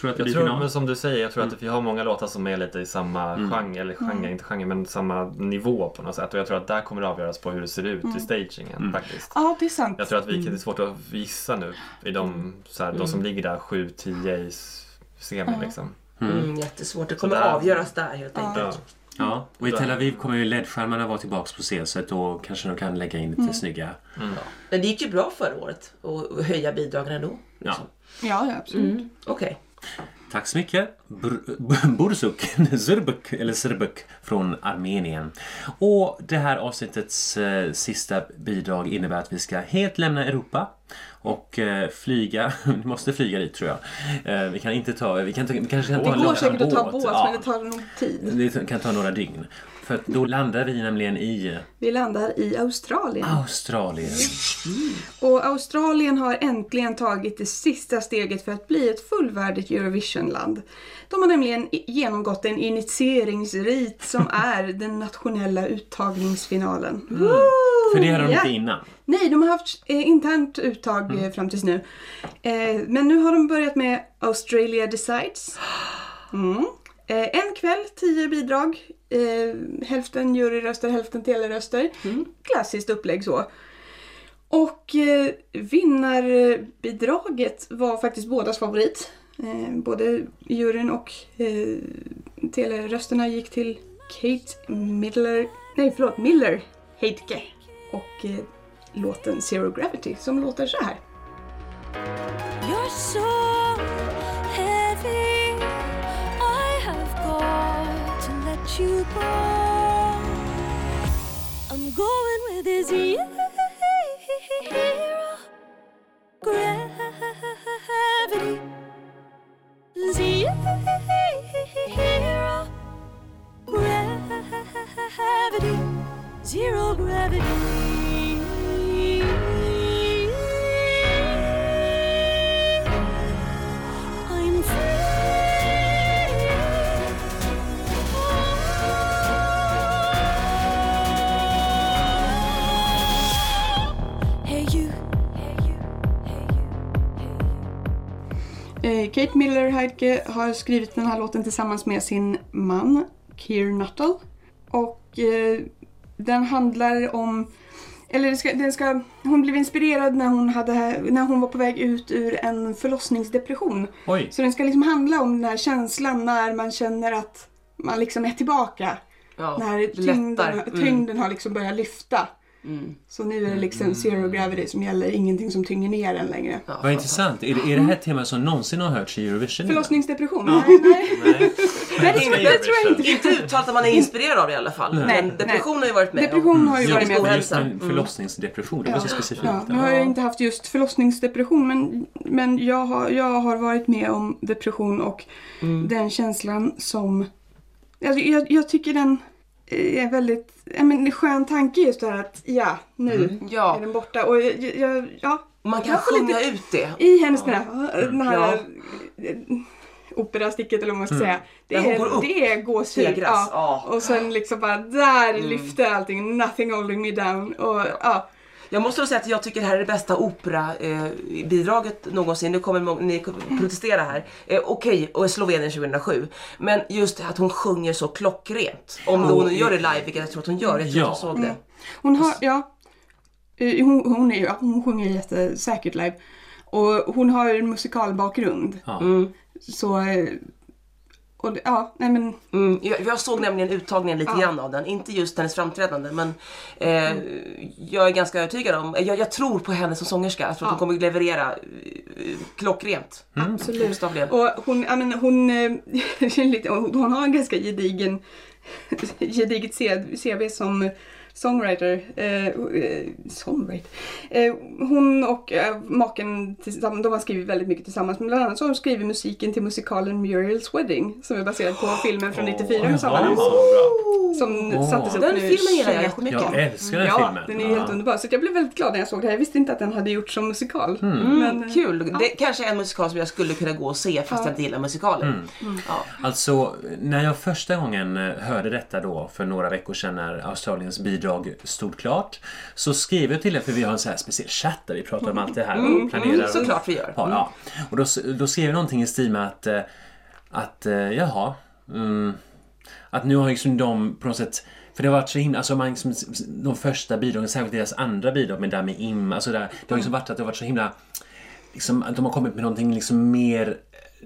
Speaker 2: Tror att det
Speaker 5: Jag
Speaker 2: blir
Speaker 5: tror,
Speaker 2: final?
Speaker 5: men som du säger, jag tror att vi har många låtar som är lite i samma genre, eller genre, inte genre, men samma nivå på något sätt. Och jag tror att där kommer det avgöras på hur det ser ut i stagingen faktiskt.
Speaker 3: Ja, det är sant.
Speaker 5: Jag tror att vi, det är svårt att gissa nu i de, så här, de som ligger där 7-10 i s- semin liksom.
Speaker 4: Mm, jättesvårt. Det kommer
Speaker 5: Sådär.
Speaker 4: avgöras där helt enkelt.
Speaker 5: Ja.
Speaker 2: Ja, och i Tel Aviv kommer ju LED-skärmarna vara tillbaka på scen så att då kanske de kan lägga in lite snygga...
Speaker 4: Men det gick ju bra förra året att höja bidragen ändå. liksom.
Speaker 2: Ja.
Speaker 3: Ja, ja absolut.
Speaker 4: Okej.
Speaker 2: Tack så mycket! Br- b- Bursuk, Zerbuk, eller Zerbuk från Armenien. Och det här avsnittets eh, sista bidrag innebär att vi ska helt lämna Europa och eh, flyga, vi måste flyga dit tror jag. Eh, vi kan inte ta, vi, kan, ta- vi kanske kan ta
Speaker 3: Det går
Speaker 2: lång
Speaker 3: säkert att ta
Speaker 2: båt.
Speaker 3: båt
Speaker 2: Ja,
Speaker 3: men det tar nog tid.
Speaker 2: det kan ta några dygn. För att då landar vi nämligen i
Speaker 3: Vi landar i Australien.
Speaker 2: Australien.
Speaker 3: Och Australien har äntligen tagit det sista steget för att bli ett fullvärdigt Eurovisionland. De har nämligen i- genomgått en initieringsrit som är den nationella uttagningsfinalen.
Speaker 2: För det hade de
Speaker 3: Ja.
Speaker 2: inte innan.
Speaker 3: Nej, de har haft eh, internt uttag eh, fram tills nu. Eh, men nu har de börjat med Australia Decides. Mm. Eh, en kväll, tio bidrag. Eh, hälften juryröster, hälften teleröster. Klassiskt upplägg så. Och eh, vinnarbidraget var faktiskt bådas favorit. Eh, både juryn och eh, telerösterna gick till Kate Miller, nej förlåt, Miller Heidke och eh, låten Zero Gravity som låter så här.
Speaker 7: You're so heavy. I have got to let you go. I'm going with this zero gravity. Zero gravity. Zero gravity. I'm free. Hey you, hey you, hey you, hey you.
Speaker 3: Eh, Kate Miller Heidke har skrivit den här låten tillsammans med sin man Keir Nuttall. Och eh, den handlar om... Eller den ska, den ska, hon blev inspirerad när hon, hade, när hon var på väg ut ur en förlossningsdepression.
Speaker 2: Oj!
Speaker 3: Så den ska liksom handla om den här känslan när man känner att man liksom är tillbaka.
Speaker 4: Ja,
Speaker 3: när
Speaker 4: det lättar.
Speaker 3: tyngden, tyngden har liksom börjat lyfta.
Speaker 4: Mm.
Speaker 3: Så nu är det liksom zero gravity som gäller, ingenting som tynger ner en längre.
Speaker 4: Ja,
Speaker 2: Vad intressant. Är det, är det här temat som någonsin har hörts i Eurovision? innan?
Speaker 3: Förlossningsdepression? Nej, nej.
Speaker 5: Nej.
Speaker 3: Det tror jag- det tror jag inte. Mm.
Speaker 4: Inte uttalat att man är inspirerad av det i alla fall.
Speaker 3: Nej.
Speaker 4: Men depression har ju varit med.
Speaker 3: Depression har ju
Speaker 2: Just-
Speaker 3: varit
Speaker 4: Psykisk
Speaker 3: med. Mm.
Speaker 2: men
Speaker 4: ohälsa.
Speaker 2: Just en förlossningsdepression, det var så specifikt.
Speaker 3: Ja, nu har jag inte haft just förlossningsdepression men, men jag, har, jag har varit med om depression och
Speaker 4: Mm.
Speaker 3: den känslan som... Alltså, jag, jag tycker den eh, är väldigt... ja, men En skön tanke just det här att ja, nu
Speaker 4: Ja.
Speaker 3: är den borta. Och jag, jag, ja,
Speaker 4: Och man kan
Speaker 3: kanske lite
Speaker 4: sjunga ut det.
Speaker 3: I hennes ja. den här
Speaker 4: Ja. Mm.
Speaker 3: eh, operasticket eller vad man ska säga. Det
Speaker 4: Där hon
Speaker 3: är,
Speaker 4: går upp. Ah.
Speaker 3: det är gåshud.
Speaker 4: Stegras, ja.
Speaker 3: Och sen liksom bara där
Speaker 4: Mm.
Speaker 3: lyfte allting. Nothing holding me down. Och, ja.
Speaker 4: Jag måste nog säga att jag tycker det här är det bästa operabidraget eh, bidraget någonsin. Nu kommer många, ni kommer protestera här. Eh, Okej, och Slovenien 2007. Men just att hon sjunger så klockrent. Om hon gör det live, vilket jag tror att hon gör. Jag tror
Speaker 2: Ja.
Speaker 4: att jag såg det.
Speaker 3: Hon har, ja. Eh, Hon, hon, är, ju- ja, hon sjunger jättesäkert live. Och hon har ju en musikalbakgrund.
Speaker 2: Ja.
Speaker 3: Så, eh, och det- ja, nej men.
Speaker 4: Mm, jag, jag såg nämligen uttagningen lite grann av den. Inte just hennes framträdande men eh, jag är ganska övertygad om, jag, jag tror på henne som sångerska. Jag tror att
Speaker 3: Ja.
Speaker 4: hon kommer leverera eh, klockrent.
Speaker 3: Absolut.
Speaker 4: Bokstavligen.
Speaker 3: Och hon, ja, men hon, eh, lite- hon, hon har en ganska gedigen, gediget C- CV som songwriter. Eh, eh, songwriter. Eh, hon och eh, maken tillsammans, de har skrivit väldigt mycket tillsammans. Men bland annat så har de skrivit musiken till musikalen Muriel's Wedding som är baserad på filmen från 94 med samma
Speaker 5: Ja,
Speaker 3: namn.
Speaker 5: så bra.
Speaker 3: Som
Speaker 2: Åh.
Speaker 3: sattes upp
Speaker 4: Den
Speaker 3: nu
Speaker 4: filmen gillar jag
Speaker 3: 2000.
Speaker 4: jättemycket.
Speaker 2: Jag älskar den
Speaker 3: Ja,
Speaker 2: filmen.
Speaker 3: den är ju helt underbar. Så att jag blev väldigt glad när jag såg det här. Jag visste inte att den hade gjorts som musikal.
Speaker 2: Hmm.
Speaker 3: Men, eh,
Speaker 4: Mm, Kul! Det kanske är en musikal som jag skulle kunna gå och se fast jag inte gillar musikaler.
Speaker 2: Mm,
Speaker 4: Mm, Ja.
Speaker 2: Alltså, när jag första gången eh, hörde detta då för några veckor sedan när Australiens bidrag stod klart så skrev jag till er, för vi har en så här speciell chatt där vi pratar om allt det här och planerar.
Speaker 4: mm, såklart vi gör.
Speaker 2: Ja, ja. Och då, s- då skrev jag någonting i stil med att, eh, att eh, jaha, mm, att nu har liksom de på något sätt för det har varit så himla, alltså man liksom, de första bidragen, särskilt deras andra bidrag med Dami Im, alltså där, det har liksom
Speaker 4: Mm.
Speaker 2: varit att det har varit så himla liksom, att de har kommit med någonting liksom mer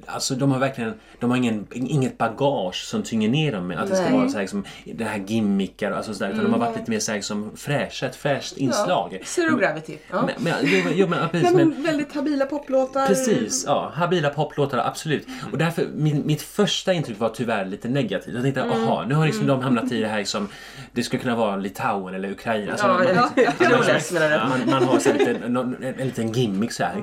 Speaker 2: Alltså de har verkligen, de har ingen, inget bagage som tynger ner dem med att det ska
Speaker 4: Nej. Mm.
Speaker 2: vara så här liksom, det här gimmickar och alltså sådär, utan de har varit lite mer så här liksom fräscha, ett fräscht inslag.
Speaker 4: Zero Gravity. Ja.
Speaker 2: Men, men, jo, men, jo, men, precis,
Speaker 3: Nej,
Speaker 2: men,
Speaker 3: men väldigt habila poplåtar.
Speaker 2: Precis, ja. Habila poplåtar, absolut. Och därför, min, mitt första intryck var tyvärr lite negativt. Jag tänkte,
Speaker 4: Mm.
Speaker 2: aha, nu har liksom de hamnat i det här som, det skulle kunna vara Litauen eller Ukraina. Alltså,
Speaker 4: Ja,
Speaker 2: man,
Speaker 4: ja, ja.
Speaker 2: man,
Speaker 4: Process, menar Mm. du?
Speaker 2: man, man, man har så här lite, någon, en, en liten gimmick så här.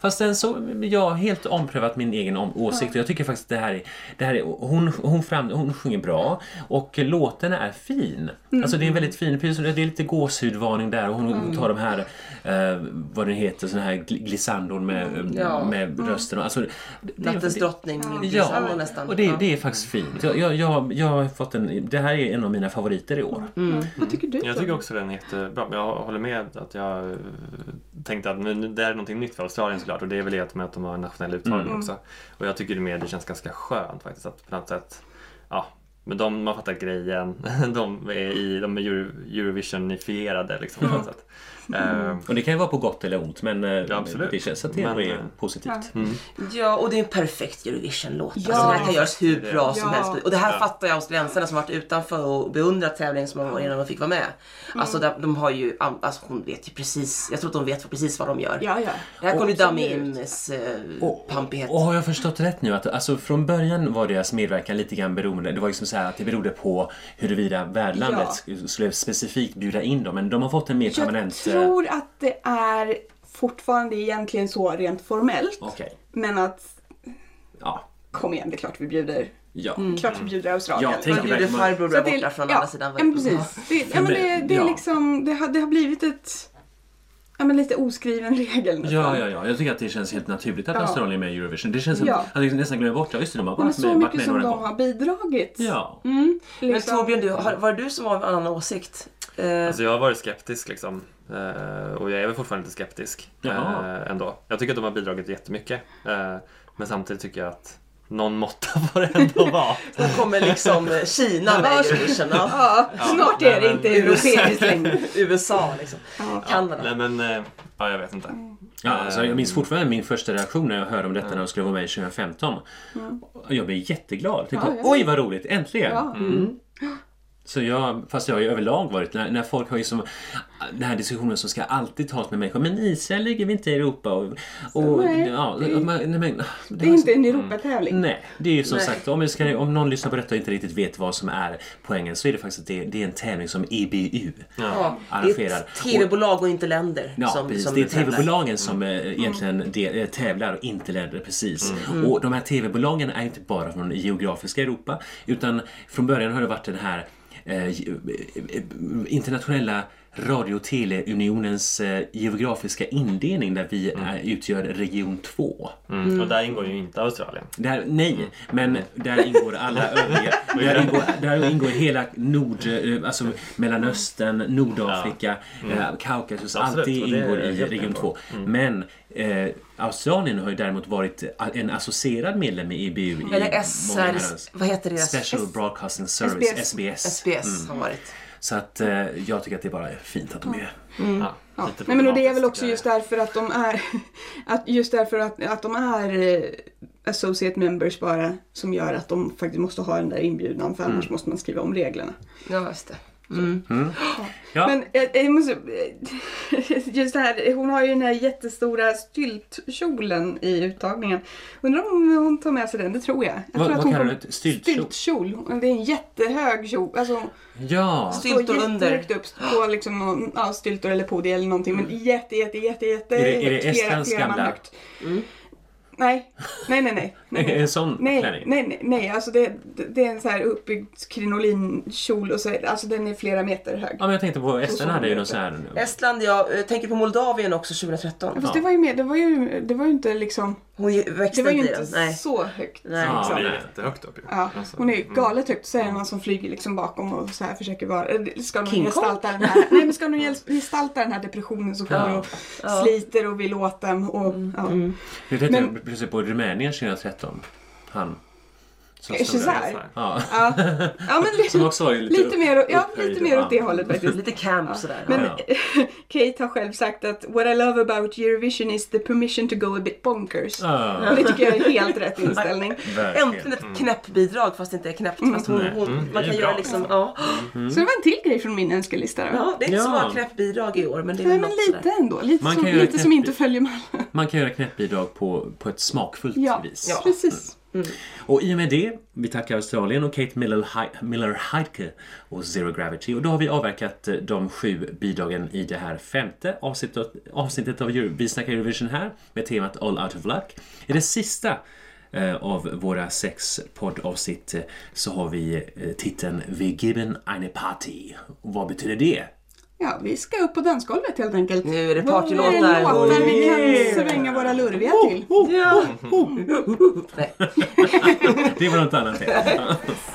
Speaker 2: Fast sen så, jag har helt omprövat min egen om, åsikt och jag tycker faktiskt att det här är, det här är hon, hon, fram, hon sjunger bra och låten är fin.
Speaker 4: Mm.
Speaker 2: Alltså det är en väldigt fin, precis som det det är lite gåshudvarning där och hon tar de här, eh, vad det heter, sån här gl- glissandon med, eh,
Speaker 4: Ja.
Speaker 2: med rösten. och- Alltså, det- det-
Speaker 4: Nattens
Speaker 2: det-
Speaker 4: drottning. Ja.
Speaker 2: Ja,
Speaker 4: nästan.
Speaker 2: och det,
Speaker 4: Ja.
Speaker 2: det är faktiskt fint. Jag, jag, jag, jag har fått en, det här är en av mina favoriter i år.
Speaker 4: Mm.
Speaker 3: Vad tycker du?
Speaker 5: Jag tycker också den är jättebra. men Jag håller med att jag eh, tänkte att nu, nu- det här är någonting nytt för Australien såklart och det är väl i och med att de har en nationell uttagning också. Och jag tycker det med det känns ganska skönt faktiskt att på något sätt, ja, men de, man fattar grejen. De är, i, de är Euro, Eurovisionifierade liksom på något sätt. Eh,
Speaker 2: Och det kan ju vara på gott eller ont men eh,
Speaker 5: Ja, absolut.
Speaker 2: det känns att det ändå
Speaker 5: Men,
Speaker 2: är
Speaker 5: eh,
Speaker 2: positivt.
Speaker 4: Ja, och det är en perfekt Eurovision-låt.
Speaker 3: Ja.
Speaker 4: Alltså, den kan göras hur bra som
Speaker 3: Ja.
Speaker 4: helst. Och det här fattar jag australiensarna som varit utanför och beundrat tävlingen så många år innan de fick vara med.
Speaker 3: Mm.
Speaker 4: Alltså, där, de har ju, alltså hon vet ju precis, jag tror att de vet precis vad de gör.
Speaker 3: Ja, ja.
Speaker 4: Det här kommer ju
Speaker 3: Absolut.
Speaker 4: damma Ims eh, pampighet.
Speaker 2: Och har jag förstått rätt nu att alltså, från början var deras medverkan lite grann beroende, det var liksom så här att det berodde på huruvida värdlandet
Speaker 3: Ja.
Speaker 2: sk- skulle specifikt bjuda in dem, men de har fått en mer
Speaker 3: Jag
Speaker 2: permanent... eh,
Speaker 3: tror att det är fortfarande egentligen så rent formellt.
Speaker 2: Okej,
Speaker 3: Men att
Speaker 2: ja.
Speaker 3: kom igen, det är klart vi bjuder.
Speaker 2: Ja.
Speaker 3: Klart vi bjuder Australien.
Speaker 2: Ja, tänk
Speaker 4: Vad gjorde
Speaker 2: verkligen-
Speaker 4: farbror
Speaker 3: Så
Speaker 4: där
Speaker 3: att det-
Speaker 4: Mm. borta från
Speaker 3: ja,
Speaker 4: andra sidan?
Speaker 3: Ja, men precis. Det, ja, men det, det är
Speaker 2: Ja.
Speaker 3: liksom, det har, det har blivit ett, ja men lite oskriven regel nästan.
Speaker 2: Ja, ja, ja. Jag tycker att det känns helt naturligt att
Speaker 3: Ja.
Speaker 2: Australien är med i Eurovision. Det känns som
Speaker 3: Ja.
Speaker 2: att jag nästan glömmer bort, ja just det, de har
Speaker 3: Men
Speaker 2: varit
Speaker 3: så
Speaker 2: med, varit
Speaker 3: mycket
Speaker 2: med
Speaker 3: som
Speaker 2: några
Speaker 3: de
Speaker 2: gånger.
Speaker 3: har bidragit.
Speaker 2: Ja.
Speaker 4: Men
Speaker 3: liksom.
Speaker 4: Torbjörn, du, har, var det du som var av en annan åsikt? Eh,
Speaker 5: Alltså jag har varit skeptisk liksom. Eh, och jag är väl fortfarande lite skeptisk.
Speaker 2: Jaha.
Speaker 5: eh, ändå. Jag tycker att de har bidragit jättemycket. Eh, Men samtidigt tycker jag att någon måtta får det ändå vara.
Speaker 4: Då kommer liksom eh, Kina med Eurovision. Ja.
Speaker 8: Ja, snart är
Speaker 5: nej,
Speaker 8: det
Speaker 5: men-
Speaker 8: inte europeiskt längre.
Speaker 4: USA liksom. Kanada.
Speaker 5: Nej men, eh, ja jag vet inte.
Speaker 3: Mm.
Speaker 2: Ja, alltså, jag
Speaker 3: Ehm.
Speaker 2: minns fortfarande min första reaktion när jag hörde om detta när de skulle vara med i 2015. Jag blev jätteglad. Tänkte,
Speaker 3: Mm. Ja, ja.
Speaker 2: Oj vad roligt, äntligen! Mm.
Speaker 3: Ja. Mm.
Speaker 2: Så jag, fast jag har ju överlag varit, när, när folk har ju som, den här diskussionen som ska alltid tas med människor, men Israel ligger vi inte i Europa? Och, och,
Speaker 3: nej,
Speaker 2: ja,
Speaker 3: det är-
Speaker 2: man- nej, men,
Speaker 3: Det är inte en Europatävling.
Speaker 2: Nej, det är ju som
Speaker 4: Nej.
Speaker 2: sagt, om, vi ska, om någon lyssnar på detta och inte riktigt vet vad som är poängen så är det faktiskt att det, det är en tävling som E EBU
Speaker 4: Ja. Det är
Speaker 2: arrangerar.
Speaker 4: ett TV-bolag och inte länder
Speaker 2: Ja,
Speaker 4: som,
Speaker 2: precis.
Speaker 4: som
Speaker 2: det är
Speaker 4: tävlar. Mm.
Speaker 2: TV-bolagen som eh, egentligen de, eh, tävlar och inte länder. Precis.
Speaker 4: Mm.
Speaker 2: Och de här TV-bolagen är inte bara från geografiska Europa utan från början har det varit den här eh, ge- eh, eh, internationella radio och teleunionens eh, geografiska indelning där vi
Speaker 4: Mm.
Speaker 2: eh, utgör region 2.
Speaker 5: Mm. Och där ingår ju inte Australien.
Speaker 2: Där, nej, men där ingår alla övriga. Där ingår, där ingår hela Nord, eh, alltså Mellanöstern, Nordafrika, eh, Kaukasus. Allt
Speaker 5: Absolut,
Speaker 2: det
Speaker 5: och det
Speaker 2: ingår
Speaker 5: är
Speaker 2: i
Speaker 5: helt
Speaker 2: region
Speaker 5: ingår.
Speaker 2: 2. Men eh, Australien har ju däremot varit a- en associerad medlem i EBU i
Speaker 4: Eller
Speaker 2: många
Speaker 4: SR,
Speaker 2: herrans-
Speaker 4: vad heter deras?
Speaker 2: Special Mm. Broadcasting Service, SBS.
Speaker 4: SBS har varit.
Speaker 2: Så att eh, jag tycker att det är bara fint att de är med.
Speaker 5: Ja,
Speaker 3: Ja.
Speaker 5: lite
Speaker 3: Nej, men och det är väl
Speaker 5: problematiskt
Speaker 3: också
Speaker 5: tycker jag.
Speaker 3: just därför att de är att just därför att, att de är eh, associate members bara som gör att de faktiskt måste ha den där inbjudan för
Speaker 2: Mm.
Speaker 3: annars måste man skriva om reglerna.
Speaker 4: Ja, just det. Mm.
Speaker 2: Ja.
Speaker 3: Men eh, jag måste, eh, just det här, hon har ju den här jättestora styltkjolen i uttagningen. Undrar om hon tar med sig den, det tror jag. jag
Speaker 2: Vad-
Speaker 3: tror
Speaker 2: vad
Speaker 3: hon
Speaker 2: kallar
Speaker 3: kommer-
Speaker 2: du det? Styltkjol?
Speaker 3: Styltkjol. Det är en jättehög kjol. Alltså,
Speaker 2: Ja!
Speaker 4: Stylt och
Speaker 3: står
Speaker 4: under.
Speaker 3: jättehögt upp på liksom någon, ja, styltor eller podi eller någonting. Men jätte, jätte, jätte, jätte
Speaker 2: Är det- är det
Speaker 3: högt, flera-
Speaker 2: Estlands
Speaker 3: flera man
Speaker 2: gamla?
Speaker 3: högt. Nej, nej, nej, nej. nej.
Speaker 2: En sån
Speaker 3: Nej,
Speaker 2: klänning.
Speaker 3: nej, nej, nej, alltså det, det är en så här uppbyggd krinolinkjol och så, alltså den är flera meter hög.
Speaker 2: Ja, men jag tänkte på Estland
Speaker 3: som
Speaker 2: hade
Speaker 3: de
Speaker 2: ju
Speaker 3: heter.
Speaker 2: någon sån här...
Speaker 4: Estland, jag eh, tänker på Moldavien också 2013.
Speaker 3: Fast det var ju med, det var ju, det var ju inte liksom,
Speaker 4: Hon ju-
Speaker 3: det
Speaker 4: växte
Speaker 3: var ju
Speaker 4: inte i
Speaker 3: inte
Speaker 4: den. Nej.
Speaker 3: så högt.
Speaker 4: Nej.
Speaker 5: Ja,
Speaker 3: liksom.
Speaker 5: det är
Speaker 2: Nej.
Speaker 5: jättehögt upp ju.
Speaker 3: Ja,
Speaker 5: Alltså,
Speaker 3: hon är ju
Speaker 5: mm.
Speaker 3: galet högt så är det någon som flyger liksom bakom och så här försöker vara... eh, Ska någon
Speaker 4: King
Speaker 3: gestalta den här, nej, men ska någon gel- gestalta den här depressionen som kommer och sliter och vill åt den och...
Speaker 4: Mm.
Speaker 3: Ja.
Speaker 2: Nu tänkte
Speaker 3: Men-
Speaker 2: jag precis på Rumänien 2013. Han. Som
Speaker 3: Eh,
Speaker 2: stod där.
Speaker 3: Cesar?
Speaker 5: Cesar.
Speaker 2: Ja.
Speaker 3: Ja. ja, men
Speaker 2: Som
Speaker 3: lite,
Speaker 2: också var ju lite,
Speaker 3: lite, mer, ja,
Speaker 2: upphöjd,
Speaker 3: lite mer åt det
Speaker 2: ja.
Speaker 3: hållet faktiskt.
Speaker 4: Lite camp sådär.
Speaker 3: Men
Speaker 2: Ja.
Speaker 3: Kate har själv sagt att what I love about Eurovision is the permission to go a bit bonkers.
Speaker 2: Ja,
Speaker 3: Och det tycker jag är helt rätt inställning.
Speaker 4: Äntligen
Speaker 2: verkligen.
Speaker 4: ett knäppbidrag fast det inte är knäppt. Fast hon,
Speaker 2: Mm.
Speaker 4: hon,
Speaker 5: Mm, det
Speaker 4: man
Speaker 5: är
Speaker 4: kan
Speaker 5: ju
Speaker 4: göra
Speaker 5: bra.
Speaker 4: liksom, ja.
Speaker 3: Så det var en till grej från min önskelista då.
Speaker 4: ja. Det är inte så
Speaker 2: Ja.
Speaker 4: många knäppbidrag i år men det är
Speaker 3: Nej
Speaker 4: väl
Speaker 3: men
Speaker 4: något
Speaker 3: lite
Speaker 4: sådär.
Speaker 3: ändå, lite,
Speaker 2: Man
Speaker 3: som,
Speaker 2: kan göra
Speaker 3: lite som
Speaker 2: knäpp-
Speaker 3: inte följer med alla.
Speaker 2: Man kan göra knäppbidrag på, på ett smakfullt
Speaker 3: Ja,
Speaker 2: vis.
Speaker 4: Ja.
Speaker 3: precis.
Speaker 2: Och i och med det, vi tackar Australien och Kate Miller, Hi- Miller Heidke och Zero Gravity. Och då har vi avverkat eh, de sju bidragen i det här femte avsnittet, avsnittet av Euro, Vi snackar Eurovision här med temat All Out of Luck. I det sista eh, av våra sex poddavsnitt eh, så har vi eh, titeln Vi geben eine Party. Och vad betyder det?
Speaker 3: Ja, vi ska upp på dansgolvet helt enkelt.
Speaker 4: Nu är det
Speaker 3: Vad är det
Speaker 4: partylåtar.
Speaker 3: låtar vi
Speaker 2: Yeah.
Speaker 3: kan svänga våra lurviga till? oh,
Speaker 4: Ja. Nej.
Speaker 2: Det var något annat.